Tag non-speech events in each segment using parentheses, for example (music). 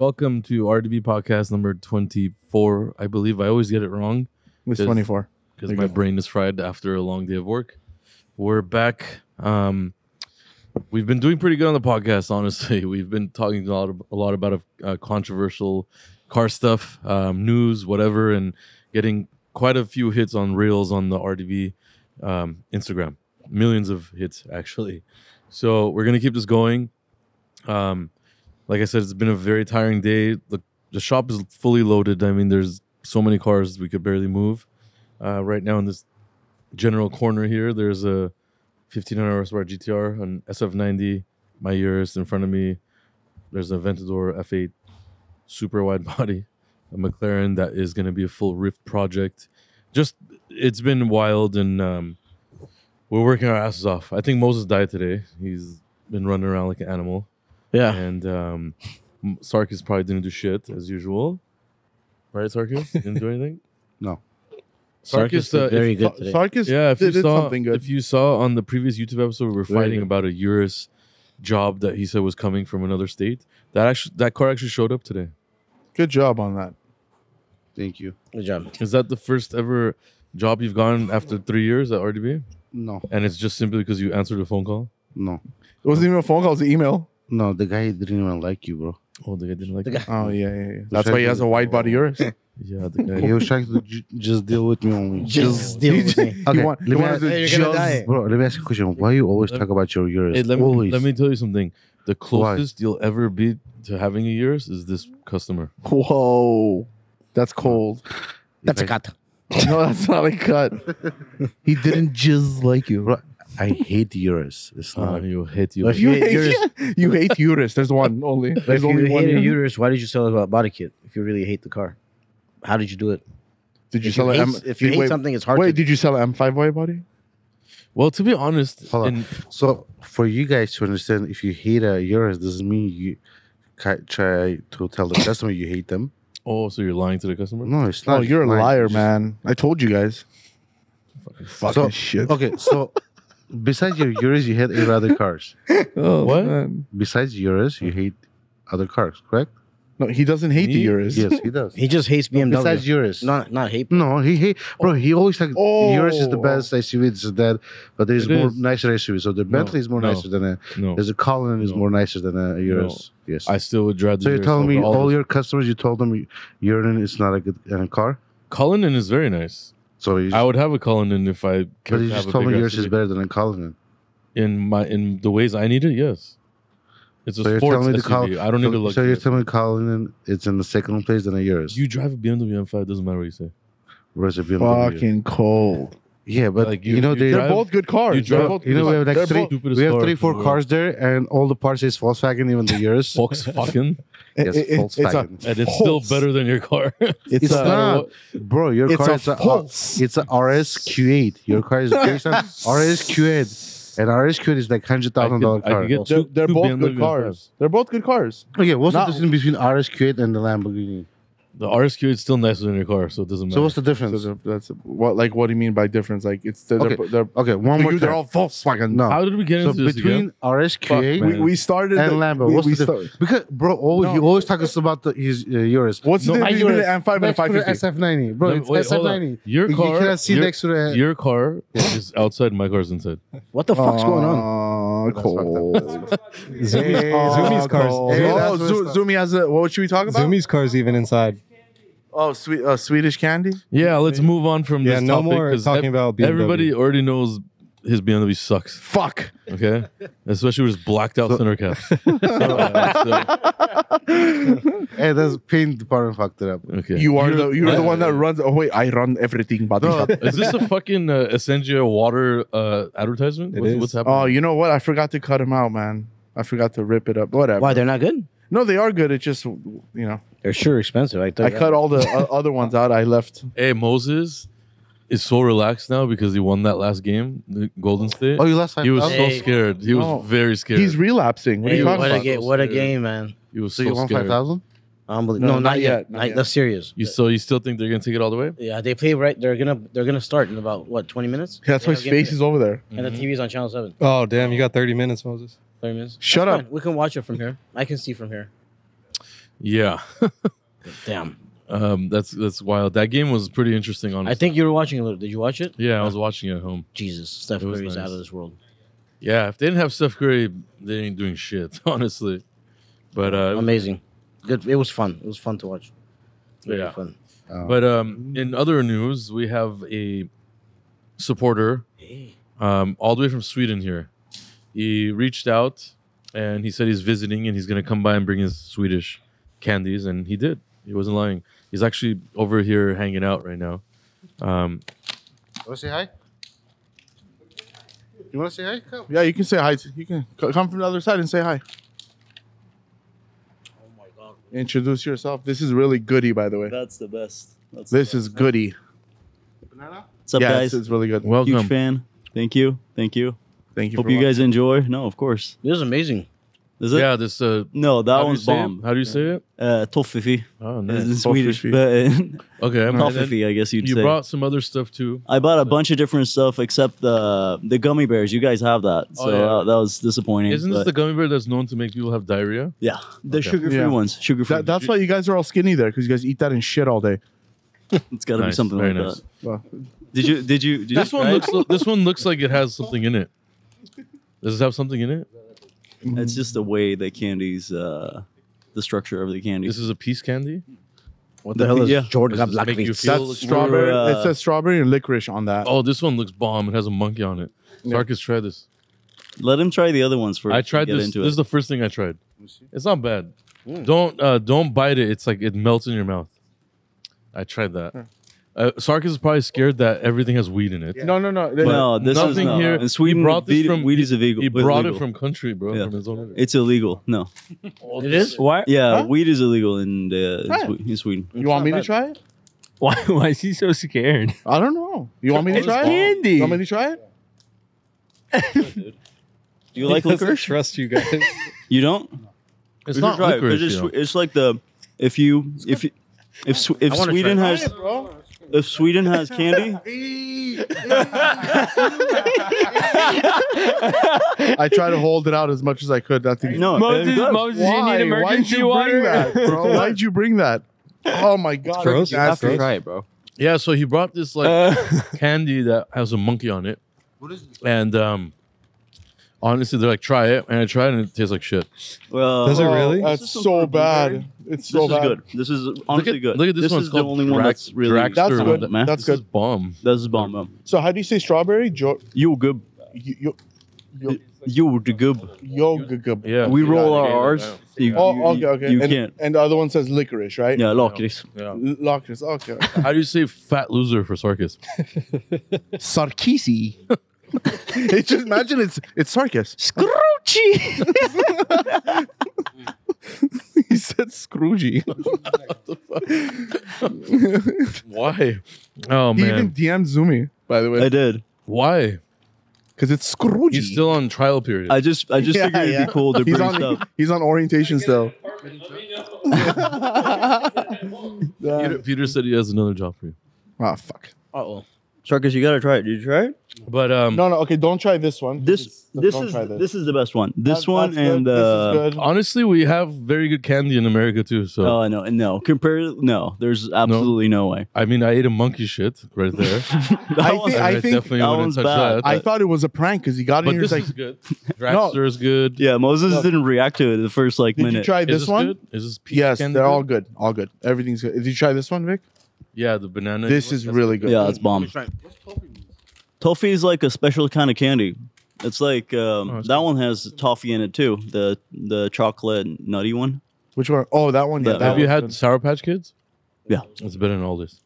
Welcome to RDB podcast number 24. I believe I always get it wrong It's Just- 24. because There you my go. brain is fried after a long day of work. We're back. Um, we've been doing pretty good on the podcast, honestly. (laughs) We've been talking a lot, a lot about uh, controversial car stuff, um, news, whatever, and getting quite a few hits on reels on the RDB um, Instagram. Millions of hits, actually. So we're gonna keep this going. Um, like I said, it's been a very tiring day. The the shop is fully loaded. I mean, there's so many cars we could barely move. Uh, right now in this general corner here, there's a 1500 horsepower GTR, an SF90, my Urus in front of me. There's a Ventador F8 super wide (laughs) body, a McLaren that is going to be a full Rift project. Just it's been wild and um, we're working our asses off. I think Moses died today. He's been running around like an animal Yeah. and um, M- Sarkis probably didn't do shit as usual, right? Sarkis didn't (laughs) do anything. No. Sarkis, did uh, if- very good Sa- today. Sarkis yeah, if you did, did saw something good. if you saw on the previous YouTube episode, we were Very fighting good. about a Urus job that he said was coming from another state. That actually that car actually showed up today. good job on that. Thank you. Good job. Is that the first ever job you've gone after three years at RDB? No, And it's just simply because you answered a phone call. no, It wasn't even a phone call, it was an email. no. The guy didn't even like you, bro. Oh, the guy didn't like. The it. guy- Oh, yeah, yeah, yeah. That's why he has a wide body yours. Yeah, (laughs) the guy. He was trying to ju- just deal with me (laughs) only. Just deal with me. Okay, want- let you me wanted ask, to Hey, you're gonna die. bro. Let me ask you a question. Why you always Let- talk about your Urus? Hey, let, me, always. let me tell you something. The Why? closest you'll ever be to having a Urus is this customer. (laughs) Whoa. That's cold. (laughs) That's a cut. No, that's not a cut. He didn't just like you, bro. I hate Urus. It's Uh, not. he'll hit you. If You you hate, hate you hate Urus. There's one only. If There's you only one. hated Urus. uterus, why did you sell it about body kit? If you really hate the car, how did you do it? Did you if sell you an M? hate, if you did- hate wait, something, it's hard. Wait, to, did you sell an M5 wide body? well, to be honest, Hold on. in- So for you guys to understand, if you hate a Urus, doesn't mean you ca- try to tell the customer you hate them. oh, so you're lying to the customer? No, it's not. Oh, you're a Like, liar, just- man. I told you guys. Fucking So- shit. Okay, so besides your Urus, you hate eight other cars. Oh, What? man. besides Urus, you hate other cars, correct? No, he doesn't hate the Me? Urus. (laughs) Yes, he does. he just hates BMW. besides Urus. not not hate. No, he hate bro. He always like Oh. Urus is the best SUV. This is that, but there's It more is. nicer SUV. So the Bentley is more no. nicer than a. No, There's a Colin is No. more nicer than a Urus. Yes. I still would drive the so you're Urus telling me over all, the- your customers, you told them Urus is not a good uh, car. Cullinan is very nice. So you I would have a Cullinan if I but could you have just a told me bigger Urus is SUV. better than a Colin. In my in the ways I need it, yes. It's a So you're sports telling me the SUV. Col- I don't need to So, look. so at you're it. telling me Colin it's in the second place than a Urus. you drive a BMW M5, doesn't matter what you say. Whereas a BMW. Fucking cold. Yeah, but Like, you, you- know you they They're drive- both good cars. you They're drive- both- You know, we have they're like three, both- Stupidest we have car three, in the four world. cars there, and all the parts is Volkswagen, even the (laughs) Urus. (laughs) Volkswagen, yes, it- it- it's a- Volkswagen. and it's still Volks. better than your car. (laughs) It's, It's a, not. Bro, your it's car a is a false. it's a RSQ8. Your car is (laughs) based on RSQ8, and RSQ8 is like hundred I thousand could- dollar I car. could get They're, two- they're two both BMW good cars. They're both good cars. okay, what's Not- the difference between RSQ8 and the Lamborghini? The RSQ is still nicer than your car, so it doesn't matter. So what's the So difference? they're- that's what, like, what do you mean by difference? Like, it's they're, Okay, they're, they're, okay, one to more. you, they're all time. Volkswagen. no. How did we get Oh. So into this again? between RSQ8 Fuck, we, man. we started and the- Lambo, we- what's we the start- difference? Because bro, always, No. he always talks about the, his uh, Urus. What's the No, difference I between use- an M5 and a Next to the 550? SF90, bro. No, it's wait, hold on. SF90 Your You- car, you cannot see your, next to the your car is outside. My car's inside. What the fuck's going on? on? That's Cold. Zoomies, Zoomies cars. cold. Hey, that's oh, what Zo- it's- Zoomy has a. What should we talk about? Zoomies cars even inside. Oh, sweet, uh, Swedish candy. Yeah, let's move on from Yeah, this no topic more 'cause talking ev- about BMW. everybody already knows his BMW sucks. Fuck. (laughs) Okay, especially with his blacked out So- center caps. Uh, Hey, that's paint department fucked it up. so, okay, You are the you're the one (laughs) that Uh, runs. Oh wait, I run everything. But No. Is this a fucking uh, Essentia water uh, advertisement? It What's, is. what's happening? oh, you know what? I forgot to cut him out, man. I forgot to rip it up. Whatever. Why they're not good? No, they are good. It just you know. They're sure expensive. I, I cut all the o- (laughs) other ones out. I left. Oh. hey, Moses is so relaxed now because he won that last game, the Golden State. Oh, you lost five. he was so Hey. scared. He was Oh. No. very scared. He's relapsing. What Hey, are you what, talking a about? ga- what a game, man! he was so so, you won five scared. thousand. Unbelievable. No, not, yet. Not yet. That's serious. You so you still think they're gonna take it all the way? Yeah, they play right. They're gonna they're gonna start in about what twenty minutes. Yeah, that's They why have his a game face today. is over there. And Mm-hmm. the TV's on channel seven. Oh damn, you got 30 minutes, Moses. Thirty minutes. Shut That's up. fine. We can watch it from here. I can see from here. Yeah, Damn. um, that's that's wild. That game was pretty interesting. Honestly, I think you were watching a little. Did you watch it? Yeah, I was watching it at home. Jesus, Steph It was Curry's nice. out of this world. Yeah, if they didn't have Steph Curry, they ain't doing shit. (laughs) Honestly, but uh, Oh, Amazing. Good. It was fun. It was fun to watch. Really Yeah. Fun. Uh, But um, in other news, we have a supporter um, all the way from Sweden here. He reached out and he said he's visiting and he's going to come by and bring his Swedish candies. And he did. He wasn't lying. He's actually over here hanging out right now. Um, want to say hi? You want to say hi? Come. Yeah, you can say hi. To, you can c- come from the other side and say hi. Oh my god. Introduce yourself. This is really goody, by the way. That's the best. That's This is goody. What's up, yeah, guys? This is really good. Huge welcome. fan. Thank you. Thank you. Thank you. Hope for you watching. guys enjoy. No, of course. It was amazing. Is it? Yeah, this. Uh, No, that how do you one's say it? bomb. How do you say it? Uh, Toffifi. Oh, It's nice. in Swedish, Toffifi. but uh, Okay. I'm- and then Toffifi, I guess you'd you say. brought some other stuff too. I bought a bunch of different stuff except the the gummy bears. You guys have that, so Oh, yeah. that, that was disappointing. Isn't this but- the gummy bear that's known to make people have diarrhea? yeah the Okay. sugar free Yeah. ones? Sugar free. That, that's why you guys are all skinny there, because you guys eat that and shit all day. it's got to Nice, be something very like nice. that. Well, Did you? Did you? Did you This one try it? looks. This one looks like it has something in it. Does it have something in it? It's just the way the candies, uh, the structure of the This candies. is a piece candy. What the hell is Yeah. Jordan Does this make you Blackbeard? feel that's strawberry. uh, it says strawberry and licorice on that. Oh, this one looks bomb. It has a monkey on it. Yeah. Sarkis, try this. Let him try the other ones first. I and tried get this. into This is it. the first thing I tried. It's not bad. Mm. Don't uh, don't bite it. It's like it melts in your mouth. I tried that. Uh, Sarkis is probably scared that everything has weed in it. No, no, no. They- no, this is nothing not. here- In Sweden, he brought this weed, from- weed is illegal. He brought it illegal. from country, bro, Yeah. from his own. It's illegal. No. It is. Why? Yeah, Huh? weed is illegal in the in, Right. Swe- in (laughs) Sweden. You want me to try it? Why? Why is he so scared? I don't know. You want me to It's try it? candy. You want me to try it? Do you like licorice? Trust you (laughs) guys. You don't? It's You should not try it, 'cause licorice. It's, you know. swe- it's like the if you if you, if Swe- if I wanna Sweden try it. has if Sweden has candy. (laughs) I try to hold it out as much as I could. That thing. No, Moses, uh, Moses, you need Why'd emergency you water. bring that, (laughs) bro? Why'd you bring that? Oh my god! gross. You have to nasty. try it, bro. Yeah, so he brought this like (laughs) Uh, candy that has a monkey on it. And um, honestly, they're like, try it, and I tried, it and it tastes like shit. well, Does it really? That's This so is some bad. blueberry. It's This so is bad. good. This is honestly at- good. look at this one, is it's the called only one Drax- that's really Draxter That's good. man. That's this is good. bomb. This is bomb. man. So how do you say strawberry? Jo- You good? you, you, you, You the good? yoga gub. Yeah. We roll our yeah, R's. yeah. You, you- Oh, okay, okay. You and, can't. and the other one says licorice, right? Yeah, Locris. Yeah. L- Licorice. Okay. How do you say fat loser for Sarkis? Sarkisi. it's just imagine it's it's sarcas. Scroochy. (laughs) He said Scroogey. Why? Oh, he man. even DM'd Zoomy, by the I way, did. Why? because it's Scroogey. He's still on trial period. I just I just Yeah, figured it'd yeah. be cool to He's bring on, stuff. he's on orientation still. Peter, Peter said he has another job for you. Ah, fuck. Uh oh. Sarkis, you gotta try it. Did you try it? But um, No, no. Okay, don't try this one. This Don't this try is this is the best one. This That- one that's and good. uh, this is good. honestly, we have very good candy in America, too. So, Oh no, no. Compare no. There's absolutely no, way. (laughs) I mean, I ate a monkey shit right there. That I one's- think- I definitely that wouldn't one's touch bad. that. I thought it was a prank because he got in but here. this He's like, is (laughs) good. Dragster is good. yeah, Moses Look. didn't react to it the first like did you minute. try Is this, one? Good? Is this peach Yes, candy they're good? all good. All good. Everything's good. Did you try this one, Vic? Yeah, the banana. This is really good. yeah, it's bomb. Toffee is like a special kind of candy. It's like um, Oh, it's that one has toffee in it too. The the chocolate nutty one. Which one? Oh, that one. Yeah, That- that Have you one. had Sour Patch Kids? Yeah. It's better than all this.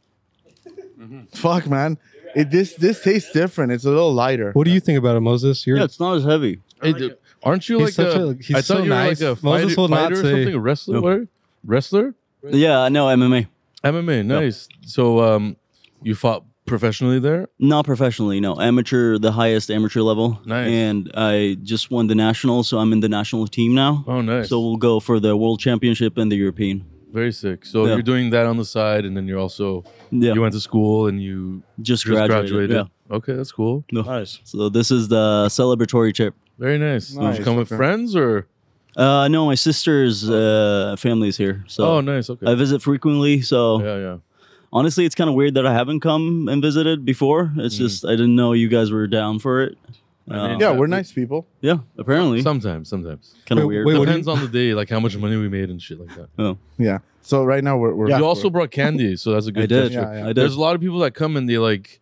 Fuck, man. It, this this tastes different. It's a little lighter. what do you think about it, Moses? You're Yeah, it's not as heavy. Hey, dude, aren't you He's like such a? a- he's I thought so you were nice. like a Moses fighter, will not fighter or say- something. Wrestler, Nope. What? wrestler, Yeah, I know MMA. MMA. Nice. So, um, you fought professionally there. Not professionally, no. Amateur, the highest amateur level. Nice. And I just won the national, so I'm in the national team now. Oh, nice. So we'll go for the world championship and the European. Very sick. So Yeah. you're doing that on the side, and then you're also Yeah, you went to school and you just just graduated. graduated. Yeah. Okay, that's cool. No. Nice. So this is the celebratory trip. Very nice. Did Nice, you come with okay. friends or Uh, no, my sister's uh, family's here, so oh, nice. Okay. I visit frequently. So yeah, yeah. honestly, it's kind of weird that I haven't come and visited before. It's Mm. just I didn't know you guys were down for it. I mean, Uh, Yeah, yeah, we're we- nice people. yeah, apparently, Sometimes, sometimes. kind of Wait, weird. wait, what do you- Depends on the day, like how much money we made and shit like that. Yeah. So right now we're we're You we're- also brought candy, so that's a I good did. gesture. Yeah, yeah. I did. There's a lot of people that come and they like,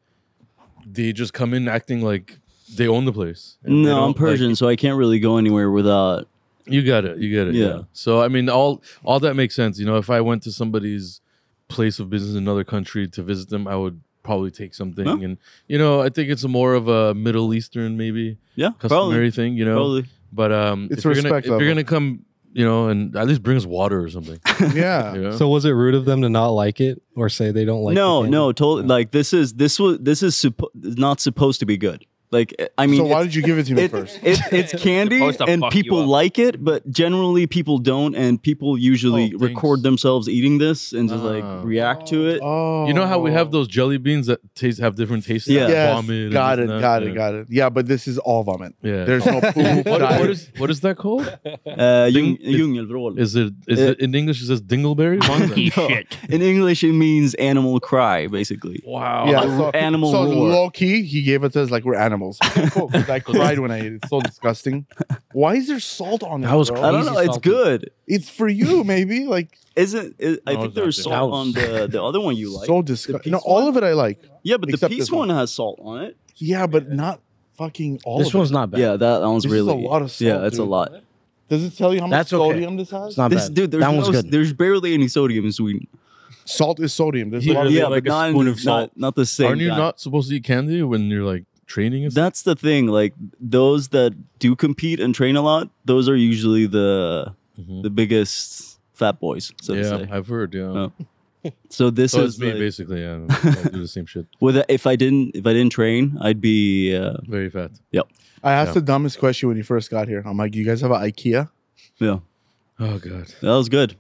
they just come in acting like they own the place. And they No, I'm don't, like- Persian, so I can't really go anywhere without. You got it. You got it. Yeah. Yeah. So I mean, all all that makes sense. You know, if I went to somebody's place of business in another country to visit them, I would probably take something. Huh? And you know, I think it's more of a Middle Eastern maybe Yeah, customary probably. thing. You know, Probably. but um, It's if you're gonna respect if you're level. gonna come, you know, and at least bring us water or (laughs) something. (laughs) (laughs) yeah. you know? So was it rude of them to not like it or say they don't like? the no, candy? no, totally. Like this is this was this is suppo- not supposed to be good. Like eh, I mean, so why it's- did you give it to me it- first? It's, (laughs) it's candy Supposed to and fuck you people up. like it, but generally people don't, and people usually Oh, thanks. record themselves eating this and just Ah. like react to it. Oh, You know how we have those jelly beans that taste have different tastes. Yeah. like Yes, vomit and got this it, and that? got Yeah. it, got it. Yeah, but this is all vomit. Yeah. There's no (laughs) poop. what, diet. what is what is that called? Uh, Ding- yung- jungelvrål. Is it is Uh, it in English? It says dingleberry. (laughs) Monkey No. shit. In English, it means animal cry, basically. wow. yeah, Oh, (laughs) animal So roar. low key, he gave it to us like we're animals. Cool, 'cause (laughs) I cried when I ate it. It's so disgusting. Why is there salt on it? That was bro? I don't Easy know. It's salty. good. It's for you, maybe. (laughs) Like Isn't it, I No, it's think not there's good. salt on the the other one (laughs) you like. so The disgusting. No, peace all one? of it I like. yeah, but the except peace this one. one has salt on it. Yeah, but not fucking all. This of it. one's not bad. Yeah, that, that one's This is really a lot of salt, Yeah, that's a dude. lot. Does it tell you how much That's okay. sodium this has? it's not This bad. dude, there's that one's no- good. There's barely any sodium in Sweden. Salt is sodium. There's a lot of Literally Yeah, like but a not, spoon in, of salt. not not the same. Aren't you guy. not supposed to eat candy when you're like training and stuff? That's the thing. Like those that do compete and train a lot, those are usually the Mhm. the biggest fat boys, so to yeah, say. I've heard. Yeah. Oh, So this so it's is me like, basically. Yeah, I do the same shit. with a- if I didn't if I didn't train, I'd be uh, Very fat. I asked Yeah. the dumbest question when you first got here. I'm like, "Do you guys have an IKEA?" yeah. Oh god. That was good.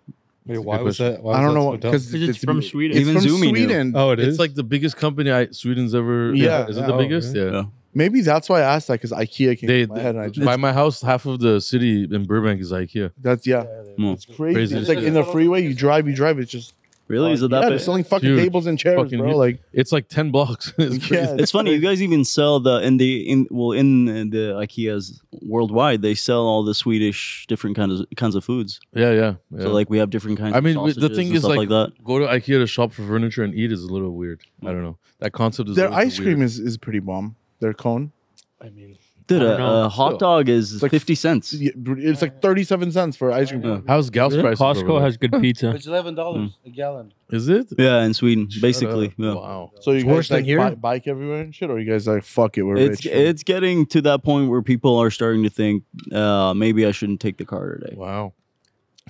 Wait, a why good was question. that? Why I was don't that know Oh, so what dumb? because Because it's from Sweden. Even from Zoomy knew. Sweden. Oh, it it's is. like the biggest company I, Sweden's ever. Yeah, is it yeah. the Oh, biggest? really? Yeah. Maybe that's why I asked that because IKEA came They, to my head. And I just, by my house, half of the city in Burbank is IKEA. that's yeah, Mm. it's crazy. Crazy It's to like see. in the freeway, you drive, you drive. It's just Really? Is it that yeah, they're big? selling fucking Huge. tables and chairs, Fucking bro. huge. Like It's like ten blocks. (laughs) it's crazy. yeah, It's funny. You guys even sell the in the in well in the IKEA's worldwide. They sell all the Swedish different kinds of kinds of foods. yeah, yeah. yeah. So like we have different kinds. I mean, of we- the sausages thing and is, stuff like- like, that. go to IKEA to shop for furniture and eat is a little weird. I don't know. That concept is Their always ice cream weird. is, is pretty bomb. Their cone, Dude, I don't a, know. a hot Still. dog is like- fifty cents. it's like thirty seven cents for ice cream. Yeah. How's Gauss price? Costco has good pizza. It's eleven dollars Mm. a gallon. Is it? Yeah, in Sweden, Shut basically. up. Yeah. Wow. So you It's guys worse than like here? bi- bike everywhere and shit, or you guys like fuck it, we're It's rich. it's getting to that point where people are starting to think uh, maybe I shouldn't take the car today. Wow.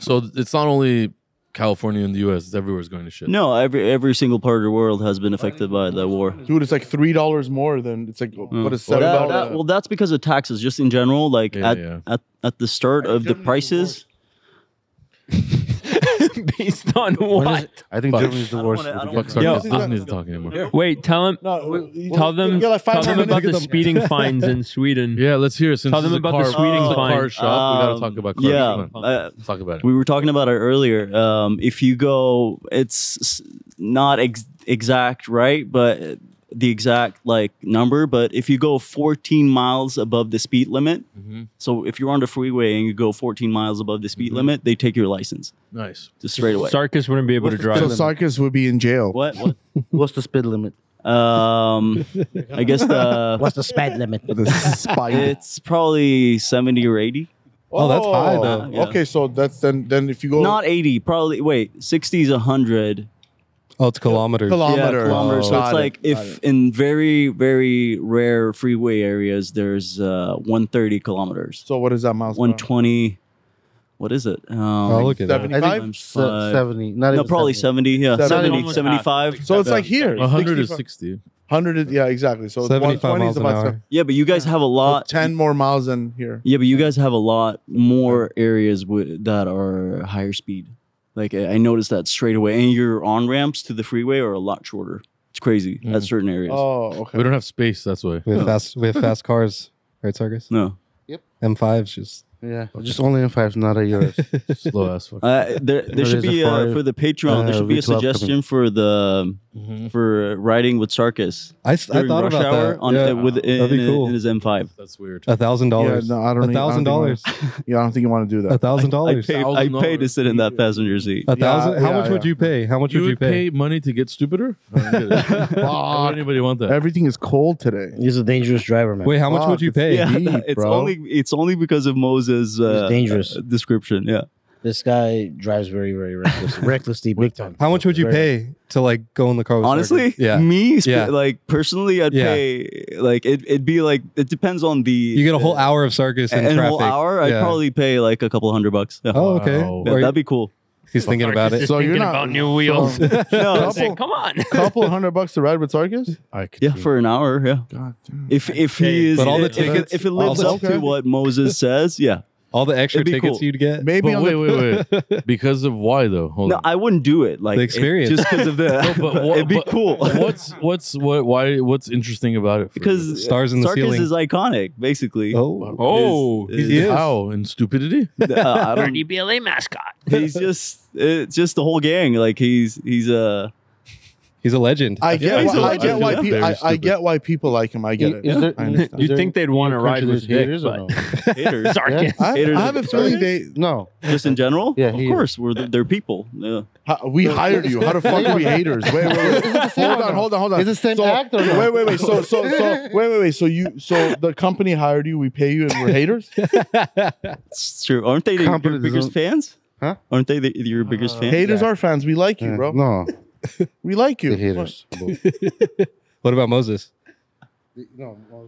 So th- it's not only California and the U.S. It's everywhere's going to shit. No, every every single part of the world has been affected by that war. Dude, it's like three dollars more than it's like Mm. what is seven Well, that- dollars? that- well, that's because of taxes, just in general. Like uh, Yeah, at, yeah. at at the start of the prices, (laughs) Based on What is what? it? I think Fuck. Germany's the worst. I don't wanna- I don't Fuck, wanna- sorry, Yo. I don't need to talk anymore. Yeah. (laughs) Wait, tell him. No, you- Tell them. you get like five tell them more minutes about to get the them. speeding fines in Sweden. (laughs) let's hear it. Since Tell this is them a about the car, Sweden this is a fine. car shop. we gotta talk Um, about cars. yeah, Come on. uh, Let's talk about it. we were talking about it earlier. Um, if you go, it's s- not ex- exact, right? But the exact like number. But if you go 14 miles above the speed limit, Mhm. so if you're on the freeway and you go 14 miles above the Mm-hmm. speed limit, they take your license Nice. just straight away. Sarkis wouldn't be able to drive. So Sarkis would be in jail. What? what? What's the speed limit? Um, I guess the What's the speed limit? The spider. it's probably 70 or 80. Oh, that's high, though. Yeah. Okay, so that's then. Then if you go Not 80, probably. Wait, 60 is 100. Oh, it's kilometers. kilometer, Yeah, kilometers. so Got it's it, like got if it. in very, very rare freeway areas, there's uh, 130 kilometers, So what is that miles? per hour? 120. What is it? Um, Oh, look at that. Seventy. I think Five? se- Five. 70. Not no, even probably 70. 70. yeah, Seventy. 70, Almost 75. half. So it's like here, 100 is 65 60. 100 is- yeah, exactly. So it's 75 120 miles is an about hour. se- Yeah, but you guys have a so lot. 10 more miles than here. Yeah, but you guys have a lot more areas with, that are higher speed. Like I I noticed that straight away, and your on ramps to the freeway are a lot shorter. It's crazy Mm. at certain areas. Oh, okay. We don't have space. That's why. We have fast. We have fast cars, right, Sarkis? No, M5's just Yeah, Oh, just only in five, not a (laughs) euro. (laughs) Slow ass fuck. Uh, there there should there's a be uh, fire. for the Patreon. there Uh, should be a V12 coming. suggestion for the Mm-hmm. for riding with Sarkis (laughs) I, s- I during thought rush about hour that. on yeah. uh, with in, that'd be cool. in his M5. That's weird. A thousand Yeah, dollars. no, I don't. A need- I don't thousand think I wanna- dollars. (laughs) Yeah, I don't think you want to do A that. thousand I dollars. pay, I $1,000. pay to sit in that passenger seat. A thousand. Yeah, how yeah, much would yeah. you pay? How much you would you would pay? pay money to get stupider? I don't get it. Why would (laughs) Fuck. anybody want that? Everything is cold today. (laughs) He's a dangerous driver, man. Wait, how much would Fuck, you pay? yeah, deep, (laughs) it's bro. only it's only because of Moses' uh, dangerous. uh, description. Yeah, This guy drives very, very reckless, recklessly, big time. How much would you Very- pay to like go in the car? With honestly, Sergeant? (laughs) yeah. me, sp- Yeah. like personally, I'd Yeah. pay like it. It'd be like it depends on the You get a whole hour of circus and and a traffic. whole hour. I'd Yeah. probably pay like a couple hundred bucks. (laughs) Yeah. Oh, okay. Wow. Yeah, Or that'd be (laughs) cool. he's thinking about it. So you're not so- (laughs) No, Couple- come on. couple hundred bucks to ride with Sarkis? I could yeah, do- for an hour. Yeah, God damn. if if he is, But all the if it- tickets- if it all lives the- up to what (laughs) Moses says, yeah. All the extra It'd be tickets cool. you'd get. Maybe But on wait, the, wait, (laughs) wait. because of why though? Hold No, on. I wouldn't do it. Like The it- experience. just because of the. but (laughs) but what- it'd be but- cool (laughs) what's what's what? Why? What's interesting about it? for you? because Stars in the Sarkis ceiling. is iconic, basically. (laughs) oh, Oh, Is- he is- is. how and stupidity. uh, I (laughs) don't, DBLA mascot. he's just it's just the whole gang. Like he's hehe's uh he's a legend. I get, Yeah, why, he's I a- get why yeah. people. I, Very I stupid. get why people like him. I get it. Is there- I understand. You'd think they'd want to ride Country with there's haters Dick, or (laughs) but no? haters Yeah. I, haters I have a of feeling they. No, just in general. Yeah, of he is. course, we're th- they're people. Yeah. ha- We hired you. How the fuck are we haters? Wait, wait, (laughs) wait. Is it the same Hold or on, no? hold on, hold on. Is the same so, act or no? Wait, wait, wait. So, so, (laughs) so. Wait, wait, wait. So you, so the company hired you. We pay you, and we're (laughs) haters. It's true. Aren't they the- your Competence biggest isn't- fans? Huh? Aren't they the, your biggest fans? haters are fans. We like you, Yeah. bro. No, We like you. the haters. what about Moses?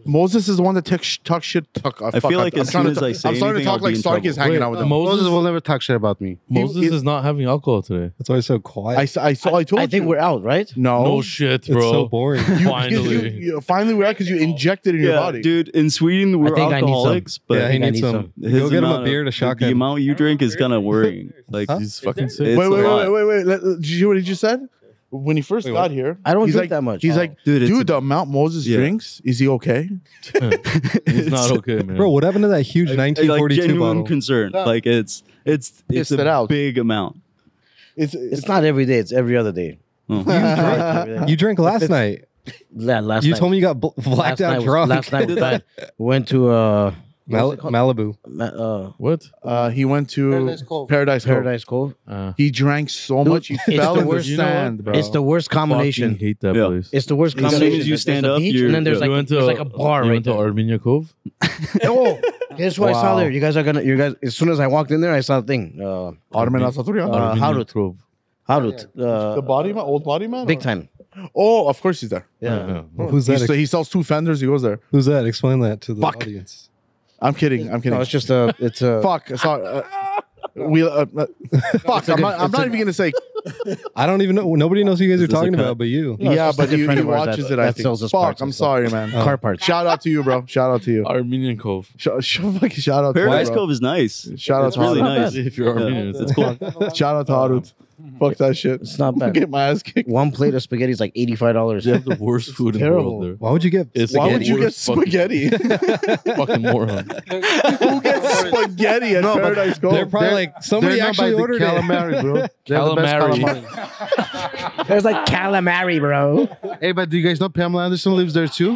Moses is the one that tech sh- talk shit. Talk. I feel like as soon as I say I'm starting anything, to talk I'll like be in Sark is trouble. hanging Wait, out with them. Moses Moses will never talk shit about (laughs) me. Moses he- is not having alcohol today. That's why he's so quiet. I, s- I saw. I told I you. think we're out, right? no. No shit, it's bro. so boring. You- because you- Finally, you- finally, we're out because you injected it in Yeah, your body. dude. In Sweden, we're think I need some. alcoholics, (laughs) but yeah, he I needs need some. some. his Go get him amount a of- beer to The, the shotgun. amount you drink is kind of worrying. Like Huh? he's fucking Is sick. it's wait, a wait, wait, lot. wait, wait, wait. Did you hear what he just said? When he first Wait, got what? here, I don't he's like, drink that much. Oh. He's like, dude, it's dude, (laughs) the amount Moses Yeah. drinks, is he okay? He's (laughs) not okay, man. Uh, Bro, what happened to that huge a, like 1942 genuine bottle? concern. Yeah. Like it's it's it's Pissed it a out. big amount. It's, it's not every day; it's every other day. Oh. (laughs) you drank last night. La- last You night, told me you got bl- blacked last night out was- drunk. Last (laughs) night was bad. Went to uh, Mal- what's it called? Malibu. Ma- uh, What? Uh, he went to Paradise Paradise Cove. Cove. Paradise Cove. Uh, He drank so Dude, much, he it's fell the in the worst- you know sand, bro. It's the worst fucking combination. hate that Yeah. place. It's the worst As soon as combination. you There's stand the up, beach, you're- and then there's you like went to there's like a bar you right went to there. Armenia Cove. Oh, guess what I saw Wow. there. You guys are gonna. You guys. As soon as I walked in there, I saw a thing. Uh, Ottoman Armenia- Asaturyan. Uh, Armenia Harut. Cove. Harut. Uh, the body man, old body man? Big or- time. Oh, of course he's there. Yeah. Who's He's- that? he sells two fenders, he goes there. Who's that? Explain that to the Fuck. audience. I'm kidding, I'm kidding. No, it's just uh, a. It's a. fuck, sorry. uh, we, uh, (laughs) uh, fuck, I'm not, I'm not even going to say. I don't even know. Nobody knows who you guys Is are this a talking cut? about, but you. No, it's yeah, just a but he, different he of ours watches that- it, I that think. sells us Fuck, parts I'm and stuff. sorry, man. Oh. car parts. Shout out to you, bro. Shout out to you. Armenian Cove. Sh- (laughs) sh- fucking shout out to Paradise you, bro. Cove is nice. Shout out It's to really Harut. nice. If you're Armenian, it's It's (laughs) cool. Shout out to Harut. Fuck that shit. It's not (laughs) bad. Get my ass kicked. One plate of spaghetti is like eighty five (laughs) dollars. They have the worst food in the terrible. world there. Why would you get? It's Why like would you get worst fucking- spaghetti? Fucking moron. Who gets (laughs) spaghetti at No, but Paradise They're Cove? probably They're- like somebody They're known by actually the ordered it. calamari, (laughs) bro. They're the best Calamari. calamari. There's like calamari, bro. (laughs) Hey, but do you guys know Pamela Anderson lives there too?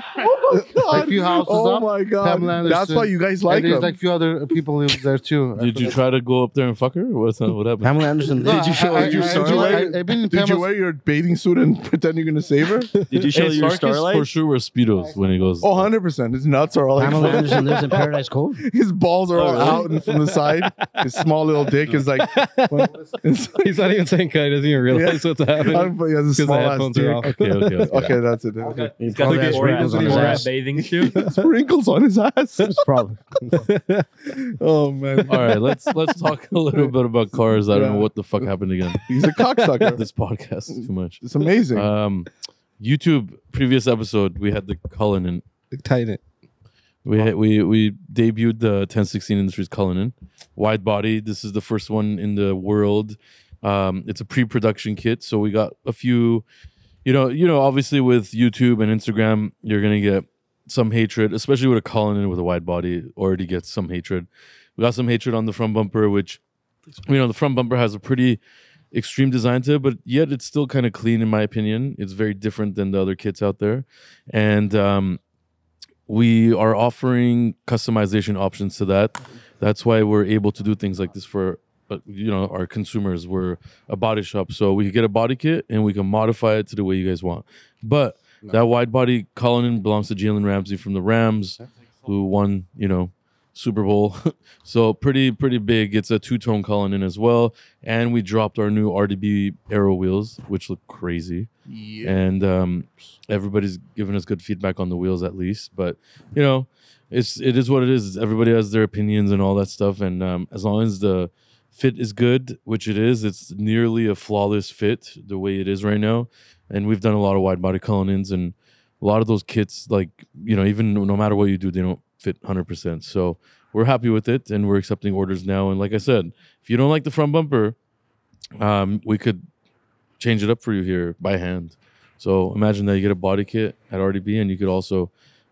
Like few houses Oh up, my Pamela god! Anderson. That's why you guys like and there's them. like few other people live there (laughs) too. Did you try to go up there and fuck her? What's what happened? Pamela Anderson. No, Did you I- show I- her your I- I- starlight? I- I've been in Did you Pamela's. wear your bathing suit and (laughs) pretend you're gonna save her? Did you show Hey, your Sarkis starlight? (laughs) for sure wears speedos when he goes. (laughs) Oh, 100 percent. His nuts are all like (laughs) Pamela Anderson lives in Paradise Cove. his balls are Oh, all really? out and from the side. His small little dick is like. (laughs) It's- (laughs) He's not even saying cut. He doesn't even realize what's happening I'm- he has a because the small ass headphones are dick. off. okay, okay, okay. (laughs) Okay, that's it. Okay. He's got got the the wrinkles wrinkles on on his his ass. bathing suit. Wrinkles on his ass. It's problem. (laughs) Oh man, All right, let's let's talk a little bit about cars. I don't know Yeah. what the fuck happened again. he's a cocksucker. (laughs) This podcast is too much. It's amazing. Um, YouTube previous episode we had the Cullinan Tighten it. We had, we we debuted the 1016 Industries Cullinan wide body. This is the first one in the world. Um, it's a pre-production kit, so we got a few. You know, you know, obviously with YouTube and Instagram, you're gonna get some hatred, especially with a Cullinan with a wide body. Already gets some hatred We got some hatred on the front bumper, which you know the front bumper has a pretty extreme design to it, but yet it's still kind of clean in my opinion. It's very different than the other kits out there, and um, we are offering customization options to that. That's why we're able to do things like this for uh, you know our consumers. We're a body shop, so we get a body kit and we can modify it to the way you guys want. But that wide body Cullinan belongs to Jalen Ramsey from the Rams, who won you know Super Bowl. (laughs) so pretty pretty big. It's a two tone Cullinan as well, and we dropped our new RDB Aero wheels, which look crazy Yeah. and um, everybody's giving us good feedback on the wheels at least but you know it's it is what it is everybody has their opinions and all that stuff and um, as long as the fit is good which it is it's nearly a flawless fit the way it is right now and we've done a lot of wide body cullinans and a lot of those kits like you know even no matter what you do they don't fit 100% so we're happy with it and we're accepting orders now and like i said if you don't like the front bumper um, we could change it up for you here by hand. So imagine that you get a body kit at RDB and you could also